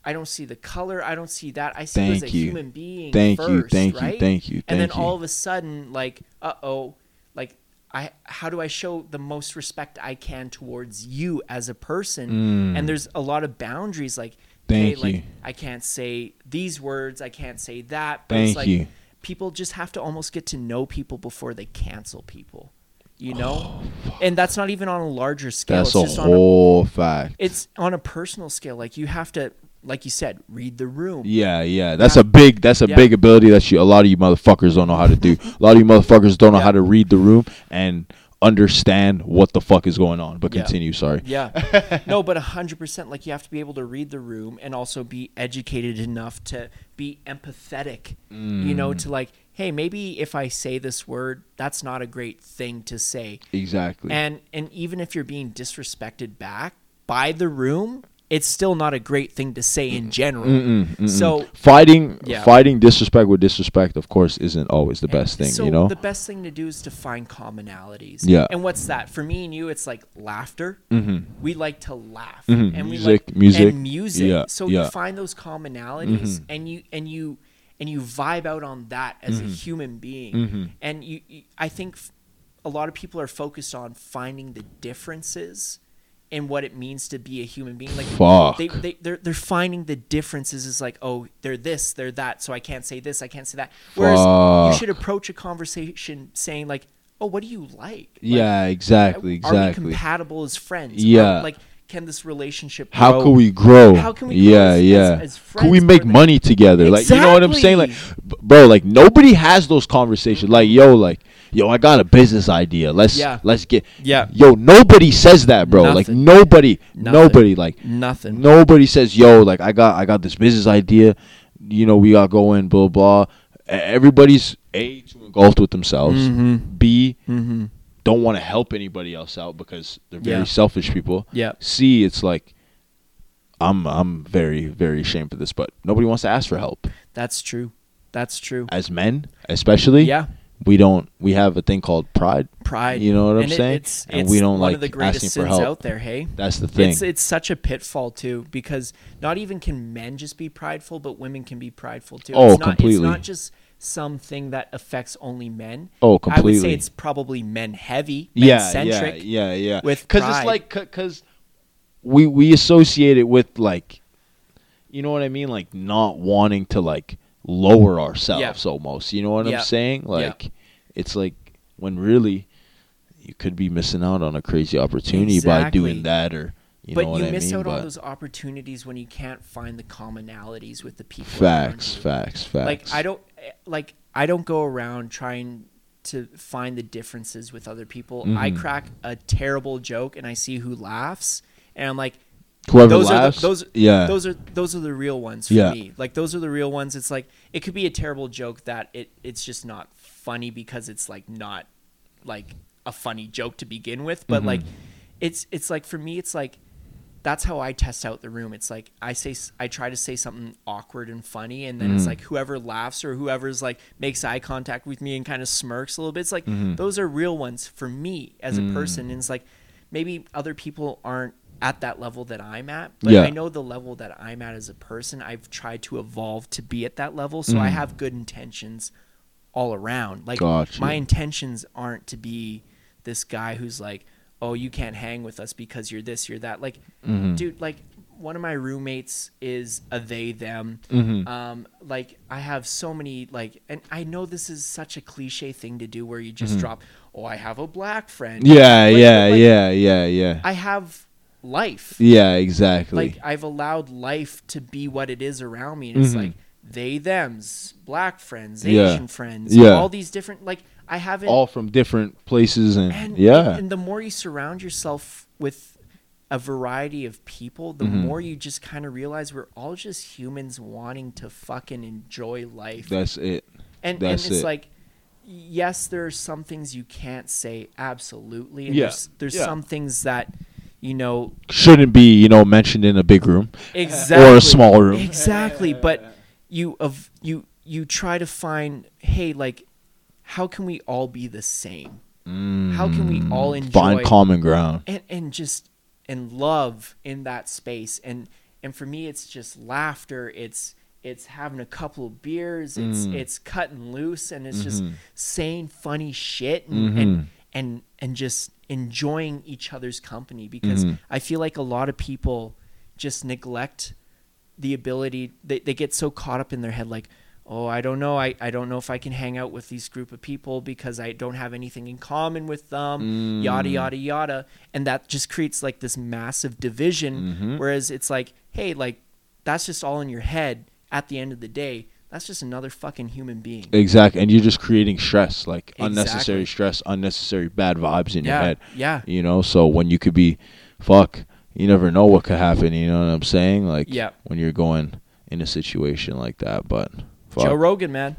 i don't see the color i don't see that i see you as Thank a you. human being Thank you, first, thank you, right? thank you, and then thank you. all of a sudden like uh-oh like i how do i show the most respect i can towards you as a person and there's a lot of boundaries like Mm. Thank hey, like you. i can't say these words i can't say that but Thank it's like you. people just have to almost get to know people before they cancel people you know and that's not even on a larger scale Oh, That's it's a just on a, whole fact. it's on a personal scale like you have to like you said read the room Yeah, yeah. That's a big that's a Yeah. big ability that you a lot of you motherfuckers don't know how to do. a lot of you motherfuckers don't know how to read the room and understand what the fuck is going on. But Yeah. continue, sorry. yeah no but 100% like you have to be able to read the room and also be educated enough to be empathetic you know Mm. to like hey maybe if i say this word that's not a great thing to say Exactly. And and even if you're being disrespected back by the room, it's still not a great thing to say in general. So fighting Yeah. fighting disrespect with disrespect of course isn't always the best thing, so you know? the best thing to do is to find commonalities. Yeah. Mm-hmm. And what's that? For me and you, it's like laughter. We like to laugh. And we Music, like, music. and music. Yeah, So yeah. Mm-hmm. you find those commonalities and you and you and you vibe out on that as Mm-hmm. a human being. And you, you I think f- a lot of people are focused on finding the differences in what it means to be a human being. Like Fuck. they they they're, they're finding the differences is like, oh, they're this, they're that, so I can't say this, I can't say that. Whereas you Fuck. should approach a conversation saying like, "Oh, what do you like?" Like, yeah, exactly, Are we exactly. compatible as friends? Are- Yeah. like, can this relationship? How grow? can we grow? How can we grow Yeah, as- yeah. as- as can we friends make more than- money together? Like you know what I'm saying? Like, b- bro, like nobody has those conversations. Like, yo, like, yo, I got a business idea. Let's Yeah. let's get. Yeah. Yo, nobody says that, bro. Like Nothing. nobody, Nothing. nobody, like Nothing. Nobody says, yo, like I got I got this business idea. You know, we got going, blah blah. E- Everybody's a too engulfed with themselves. Mm-hmm. B don't want to help anybody else out because they're very Yeah. selfish people. Yeah. C, it's like I'm I'm very very ashamed for this, but nobody wants to ask for help That's true. That's true. as men, especially. Yeah. we don't. We have a thing called pride. Pride. You know what I'm And it- saying? It's, and it's we don't one like of the greatest asking sins for help. out there. Hey, That's the thing. It's it's such a pitfall too because not even can men just be prideful, but women can be prideful too. Oh, it's not, completely. It's not just something that affects only men. Oh, I would completely. say it's probably men heavy, men yeah, centric. yeah, yeah, yeah. with because it's pride. like because we we associate it with like, you know what I mean, like not wanting to like lower ourselves almost. You know what Yeah. I'm saying? Like, it's like when really you could be missing out on a crazy opportunity by Exactly. doing that, or you but know what you I miss mean. out but on those opportunities when you can't find the commonalities with the people. around facts, you. facts, facts. Like I don't eh, like I don't go around trying to find the differences with other people. Mm-hmm. I crack a terrible joke and I see who laughs and I'm like Whoever those laughs, are the, those yeah, those are those are the real ones for Yeah. me. Like those are the real ones. It's like it could be a terrible joke that it it's just not funny because it's like not like a funny joke to begin with, but like it's it's like for me it's like that's how I test out the room. It's like I say s- I try to say something awkward and funny and then it's like whoever laughs or whoever's like makes eye contact with me and kind of smirks a little bit. It's like those are real ones for me as a person and it's like maybe other people aren't at that level that I'm at, but Yeah. I know the level that I'm at as a person. I've tried to evolve to be at that level, so Hmm. I have good intentions all around. Like Gotcha. my intentions aren't to be this guy who's like, "Oh, you can't hang with us because you're this, you're that." Like, Mm-hmm. dude, like one of my roommates is a they them. Mm-hmm. Um, like I have so many like, and I know this is such a cliche thing to do where you just drop, "Oh, I have a black friend." Mm-hmm. yeah, Like, but, yeah, like, yeah, yeah, yeah, I have life yeah, exactly. Mm-hmm. like I've allowed life to be what it is around me. And it's like they them's, black friends, Yeah. Asian friends, Yeah. all these different like I haven't all from different places and, and yeah and the more you surround yourself with a variety of people, the Mm-hmm. more you just kind of realize we're all just humans wanting to fucking enjoy life. that's it and that's and it's it. like yes, there are some things you can't say absolutely. And Yeah, There's, there's yeah. some things that you know shouldn't be you know mentioned in a big room exactly small room. exactly but you of you you try to find hey like how can we all be the same how can we all enjoy Mm. find common ground and and just and love in that space and and for me it's just laughter it's it's having a couple of beers it's Mm. it's cutting loose and it's Mm-hmm. just saying funny shit and, and and and just enjoying each other's company because Mm-hmm. i feel like a lot of people just neglect the ability they, they get so caught up in their head like oh i don't know I, I don't know if i can hang out with these group of people because i don't have anything in common with them Mm. yada yada yada and that just creates like this massive division Mm-hmm. whereas it's like hey like that's just all in your head at the end of the day that's just another fucking human being exactly and you're just creating stress like Exactly. unnecessary stress unnecessary bad vibes in Yeah, your head yeah. you know so when you could be fuck you never know what could happen you know what i'm saying like Yeah. when you're going in a situation like that but fuck. joe rogan man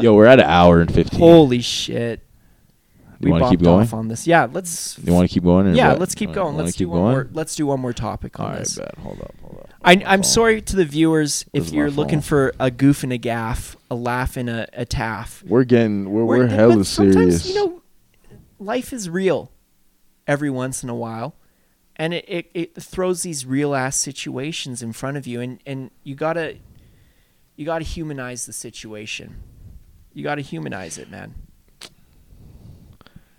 yo we're at an hour and 15 holy shit you want to keep bopped going off on this yeah let's you want to keep going or yeah what? let's keep You going wanna let's keep do one going more let's do one more topic on all right this bet hold up hold up I, My I'm phone. sorry to the viewers Oh. This if is my you're looking phone. for a goof and a gaff, a laugh and a, a taff. we're getting we're, we're, We're- hella but sometimes, serious You know, life is real every once in a while, and it, it, it throws these real ass situations in front of you, and, and you gotta you gotta humanize the situation. You gotta humanize it, man.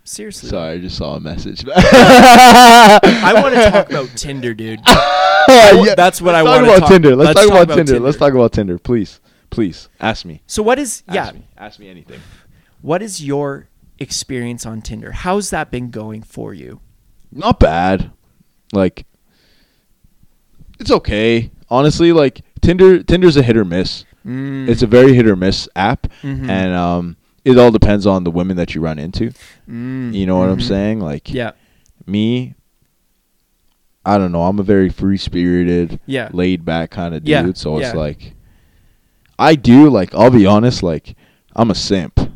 Seriously, Sorry, I just saw a message. I want to talk about Tinder, dude. That's what I Oh, Let's talk want to about talk Tinder. Let's, talk, about, Tinder. Tinder. Let's talk about Tinder, please, please. Ask me. So what is yeah? Ask me. Ask me anything. What is your experience on Tinder? How's that been going for you? Not bad. Like, it's okay. Honestly, like Tinder. Tinder's a hit or miss. Mm. It's a very hit or miss app, Mm-hmm. and um, it all depends on the women that you run into. You know what I'm saying? Like, Mm. Mm-hmm. Yeah. me. I don't know. I'm a very free spirited, Yeah. laid back kind of dude. Yeah, So it's yeah. like, I do like. I'll be honest. Like, I'm a simp. uh,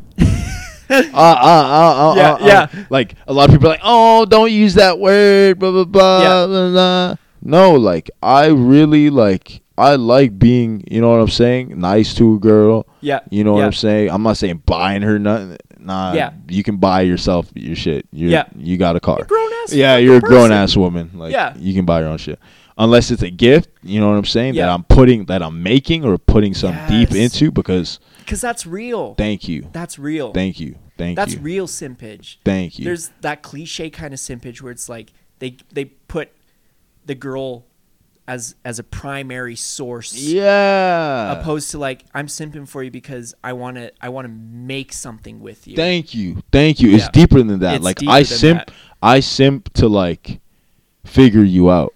uh, uh, uh, Yeah, uh, uh. yeah. Like a lot of people are like, oh, don't use that word. Blah blah blah. Yeah. blah, blah." No, like I really like. I like being. You know what I'm saying? Nice to a girl. Yeah. You know what yeah. I'm saying? I'm not saying buying her nothing. Nah, Yeah. you can buy yourself your shit. you Yeah. you got a car. grown ass Yeah, fucking you're a grown person. ass woman. Like, Yeah. you can buy your own shit, unless it's a gift. You know what I'm saying? That Yeah. I'm putting, that I'm making, or putting some deep Yes. into. Because Cuz that's real. thank you, that's real. thank you, thank that's you, real simpage. thank you. There's that cliche kind of simpage where it's like they they put the girl as as a primary source yeah. opposed to like I'm simping for you because I want to I want to make something with you. Thank you, thank you. It's Yeah. deeper than that. It's like deeper I than simp, that. I simp to like figure you out.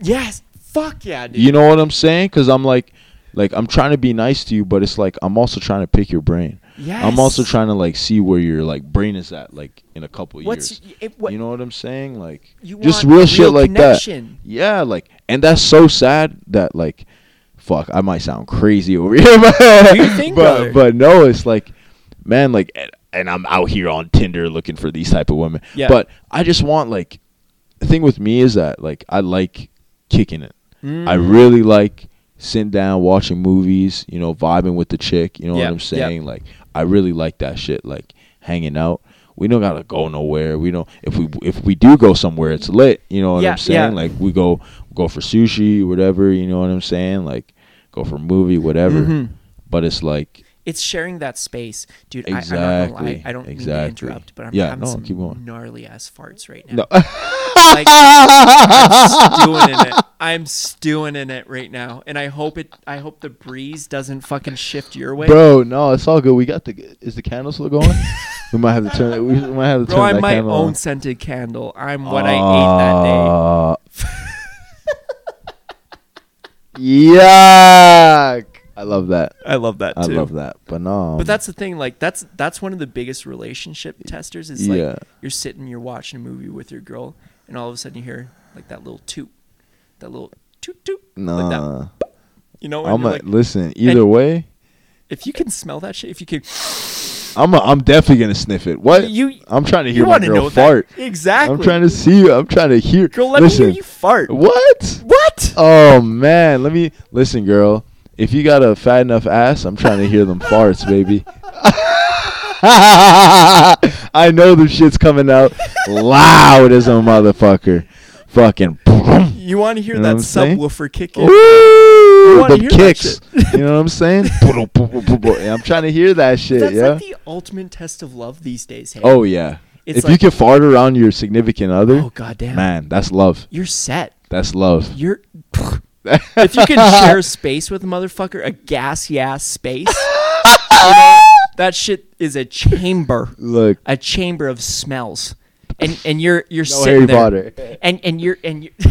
yes. Fuck yeah, dude. You know what I'm saying? Because I'm like, like I'm trying to be nice to you, but it's like I'm also trying to pick your brain. I'm also Yes. trying to like see where your like brain is at, like in a couple What's years. it, what you know what I'm saying? Like You just want real, a real shit like connection. that. Yeah, like and that's so sad that like, fuck, I might sound crazy over here, but you think, brother? but, but no, it's like, man, like, and, and I'm out here on Tinder looking for these type of women. Yeah. But I just want like, the thing with me is that like I like kicking it. I Mm. really like sitting down watching movies, you know, vibing with the chick. You know what Yeah, I'm yeah. saying? Like I really like that shit. Like hanging out. We don't gotta go nowhere. We don't if we if we do go somewhere, it's lit. You know what Yeah, I'm saying? yeah. Like we go go for sushi, whatever. You know what I'm saying? Like go for a movie, whatever. Mm-hmm. But it's like it's sharing that space, dude. I, I'm not gonna lie. Exactly, I don't mean to exactly. interrupt, but I'm Yeah, having no, some keep going. gnarly ass farts right now. like, I'm stewing in it. I'm stewing in it right now, and I hope it. I hope the breeze doesn't fucking shift your way, Bro, no, it's all good. We got the. Is the candle still going? we might have to turn. We might have to Bro, turn I'm that my candle own on. scented candle. I'm what I ate that day. Uh, Yuck. I love that. I love that too. I love that. But no. But that's the thing, like that's that's one of the biggest relationship testers. Is like Yeah. you're sitting, you're watching a movie with your girl, and all of a sudden you hear like that little toot, that little toot toot, like that. nah. You know, and I'm you're a, like, listen. Either way, if you can smell that shit, if you can, I'm a, I'm definitely gonna sniff it. What You- I'm trying to you hear my want to girl know fart. that exactly. I'm trying to see you. I'm trying to hear. girl. Let listen, me hear you fart. What? What? Oh man, let me listen, girl. If you got a fat enough ass, I'm trying to hear them farts, baby. I know the shit's coming out loud as a motherfucker. Fucking. You want to hear You know that what I'm saying? subwoofer kick in? Woo! wanna The hear that kicks. shit. You know what I'm saying? Yeah, I'm trying to hear that shit. That's yeah. like the ultimate test of love these days. Hey? oh yeah. It's if you like- can fart around your significant other, oh goddamn, man, that's love. you're set. That's love. You're. if you can share space with a motherfucker, a gassy ass space, you know, that shit is a chamber, Look, a chamber of smells, and and you're you're no sitting Harry there, Potter. and and you're and you're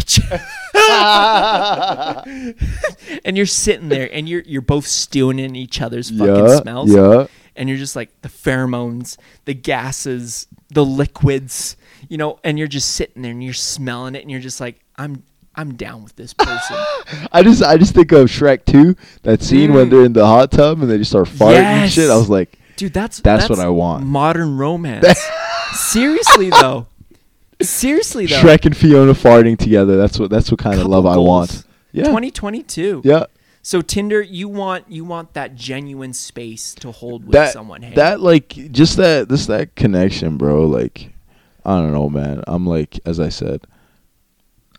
and you're sitting there, and you're you're both stewing in each other's fucking Yeah, smells, yeah. and you're just like the pheromones, the gases, the liquids, you know, and you're just sitting there and you're smelling it, and you're just like, I'm I'm down with this person. I just I just think of Shrek 2, that scene when they're in the hot tub and they just start farting and shit. I Mm. Yes. was like, Dude, that's That's what I want. Modern romance. Seriously though. Seriously though. Shrek and Fiona farting together. That's what that's what kind of Couple love I goals. want. Yeah. 2022. Yeah. So Tinder, you want you want that genuine space to hold with That someone. Hey. that like just that this that connection, bro. Like I don't know, man. I'm like as I said,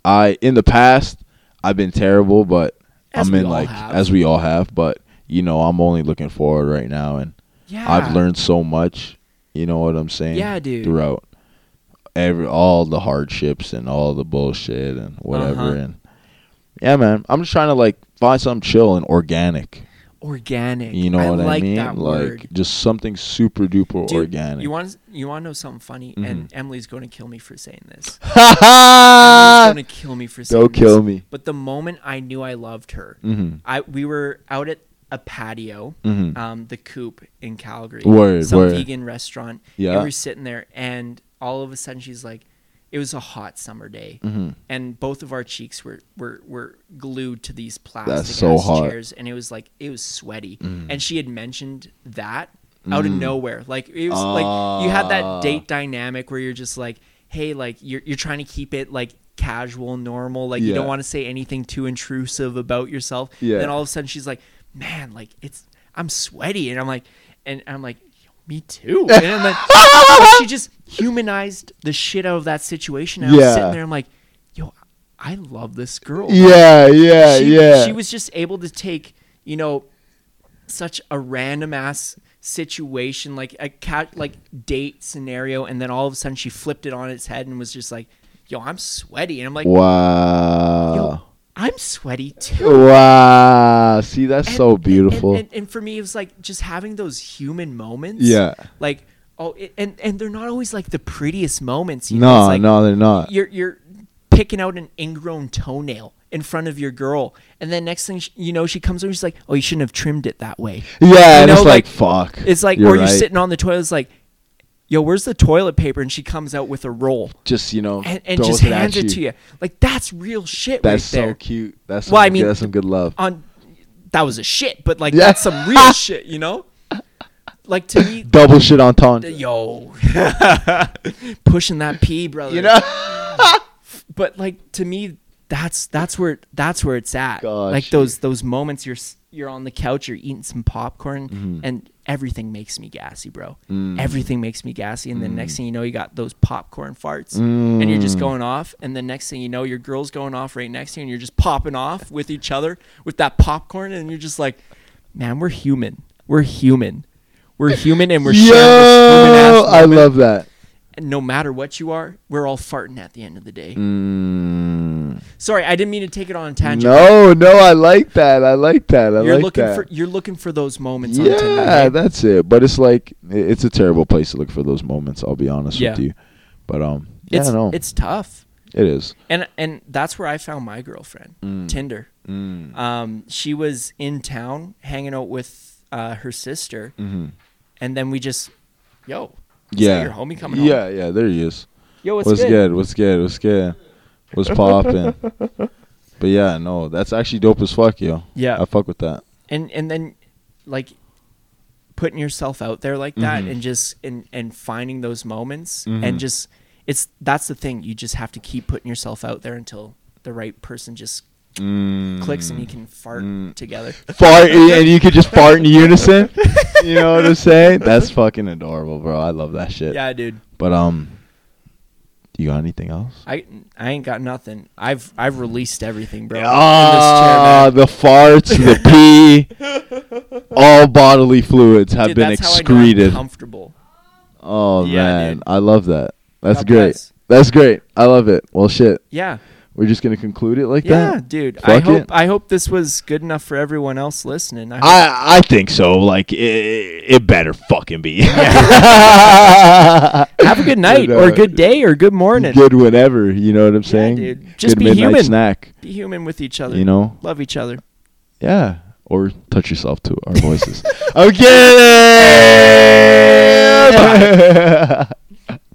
I in the past I've been terrible, but As I'm we in all like have. as we all have, but you know, I'm only looking forward right now and yeah. I've learned so much. You know what I'm saying? Yeah, dude. Throughout every all the hardships and all the bullshit and whatever Uh-huh. and yeah, man. I'm just trying to like find something chill and organic. organic. You know I what like I mean? That like word. just something super duper Dude, organic. You want you want to know something funny? And Emily's going to kill me for saying this. Emily's want going to kill me for saying Don't this. kill me. But the moment I knew I loved her, Mhm. I we were out at a patio, Mhm. um, the Coop in Calgary, Word, some word. vegan restaurant. Yeah. and we were sitting there, and all of a sudden she's like, "It was a hot summer day, Mm-hmm. and both of our cheeks were were were glued to these plastic so ass hot. Mm. chairs, and it was like it was sweaty." And she had mentioned that out of nowhere, like it was like you had Ah. that date dynamic where you're just like, "Hey, like you're you're trying to keep it like." casual normal like you don't Yeah. want to say anything too intrusive about yourself Yeah. then all of a sudden she's like, "Man, like it's I'm sweaty," and I'm like, and I'm like, "Me too." And I'm like, but she just humanized the shit out of that situation. And I was Yeah. sitting there, I'm like, "Yo, I love this girl." Yeah, yeah, she, Uh, yeah. She was just able to take, you know, such a random ass situation, like a cat, like date scenario, and then all of a sudden she flipped it on its head and was just like, "Yo, I'm sweaty," and I'm like, "Yo, wow. I'm sweaty too." Wow. See, that's And- so and- beautiful. And, and, and for me, it was like just having those human moments. Yeah. Like oh, it, and and they're not always like the prettiest moments. You know? no, It's like no, they're not. You're you're picking out an ingrown toenail in front of your girl, and then next thing sh you know, she comes over. She's like, "Oh, you shouldn't have trimmed it that way." Yeah, You and know, it's like, like, fuck. It's like, You're or you're right. sitting on the toilet. It's like, "Yo, where's the toilet paper?" And she comes out with a roll just you know and, and throws just it at hands it to you. Like that's real shit That's right so there. cute. That's Well, some, I mean- that's some good love. on that was a shit, but like Yeah. that's some real shit, you know? Like to me, Double shit on Ton. yo, pushing that pee, brother. You know? but like to me, that's that's where that's where it's at. Gosh, like those those moments you're s- you're on the couch, you're eating some popcorn, Mm-hmm. and everything makes me gassy, bro. Mm. Everything makes me gassy, and then next thing you know, you got those popcorn farts, and you're Mm. just going off. And then next thing you know, your girl's going off right next to you, and you're just popping off with each other with that popcorn, and you're just like, man, we're human. We're human. We're human, and we're sharing this human Yo, ass I moment. love that. And no matter what you are, we're all farting at the end of the day. Mm. Sorry, I didn't mean to take it on a tangent. No, no, I like that. I like that. I you're like looking that. for you're looking for those moments on Tinder. yeah, hey? that's it. But it's like i- it's a terrible place to look for those moments. I'll be honest Yeah. with you. But um, yeah, it's no, it's tough. it is. Mm. And and that's where I found my girlfriend. Tinder. Um, she was in town hanging out with uh, her sister, and then we just, yo, is that Mm-hmm. Yeah. your homie coming home? Yeah, yeah, there he is. yo, what's, What's good? good? What's good? What's good? What's poppin'? but yeah, no, that's actually dope as fuck, yo. Yeah. I fuck with that. and and then like putting yourself out there like that Mm-hmm. and just and and finding those moments and just it's that's the thing you just have to keep putting yourself out there until the right person just clicks and you can fart together Mm. fart and you could just fart in unison. You know what I'm saying? That's fucking adorable, bro. I love that shit. yeah dude But um, you got anything else? i i ain't got nothing i've i've released everything bro in this chair, Ah, man. the farts, the pee, all bodily fluids have Dude, been that's how I know I'm excreted. comfortable Oh Yeah, man, dude. I love that. That's God great. bless. That's great. I love it. Well, shit. yeah We're just gonna conclude it like yeah that. dude i Fuck hope it. i hope this was good enough for everyone else listening I hope- I I think so. Like it, it better fucking be. have a good night or a good day or good morning uh, good whenever. You know what I'm saying? dude. Just good be midnight human. snack. be human with each other You know? love each other Yeah. Or touch yourself to our voices. okay.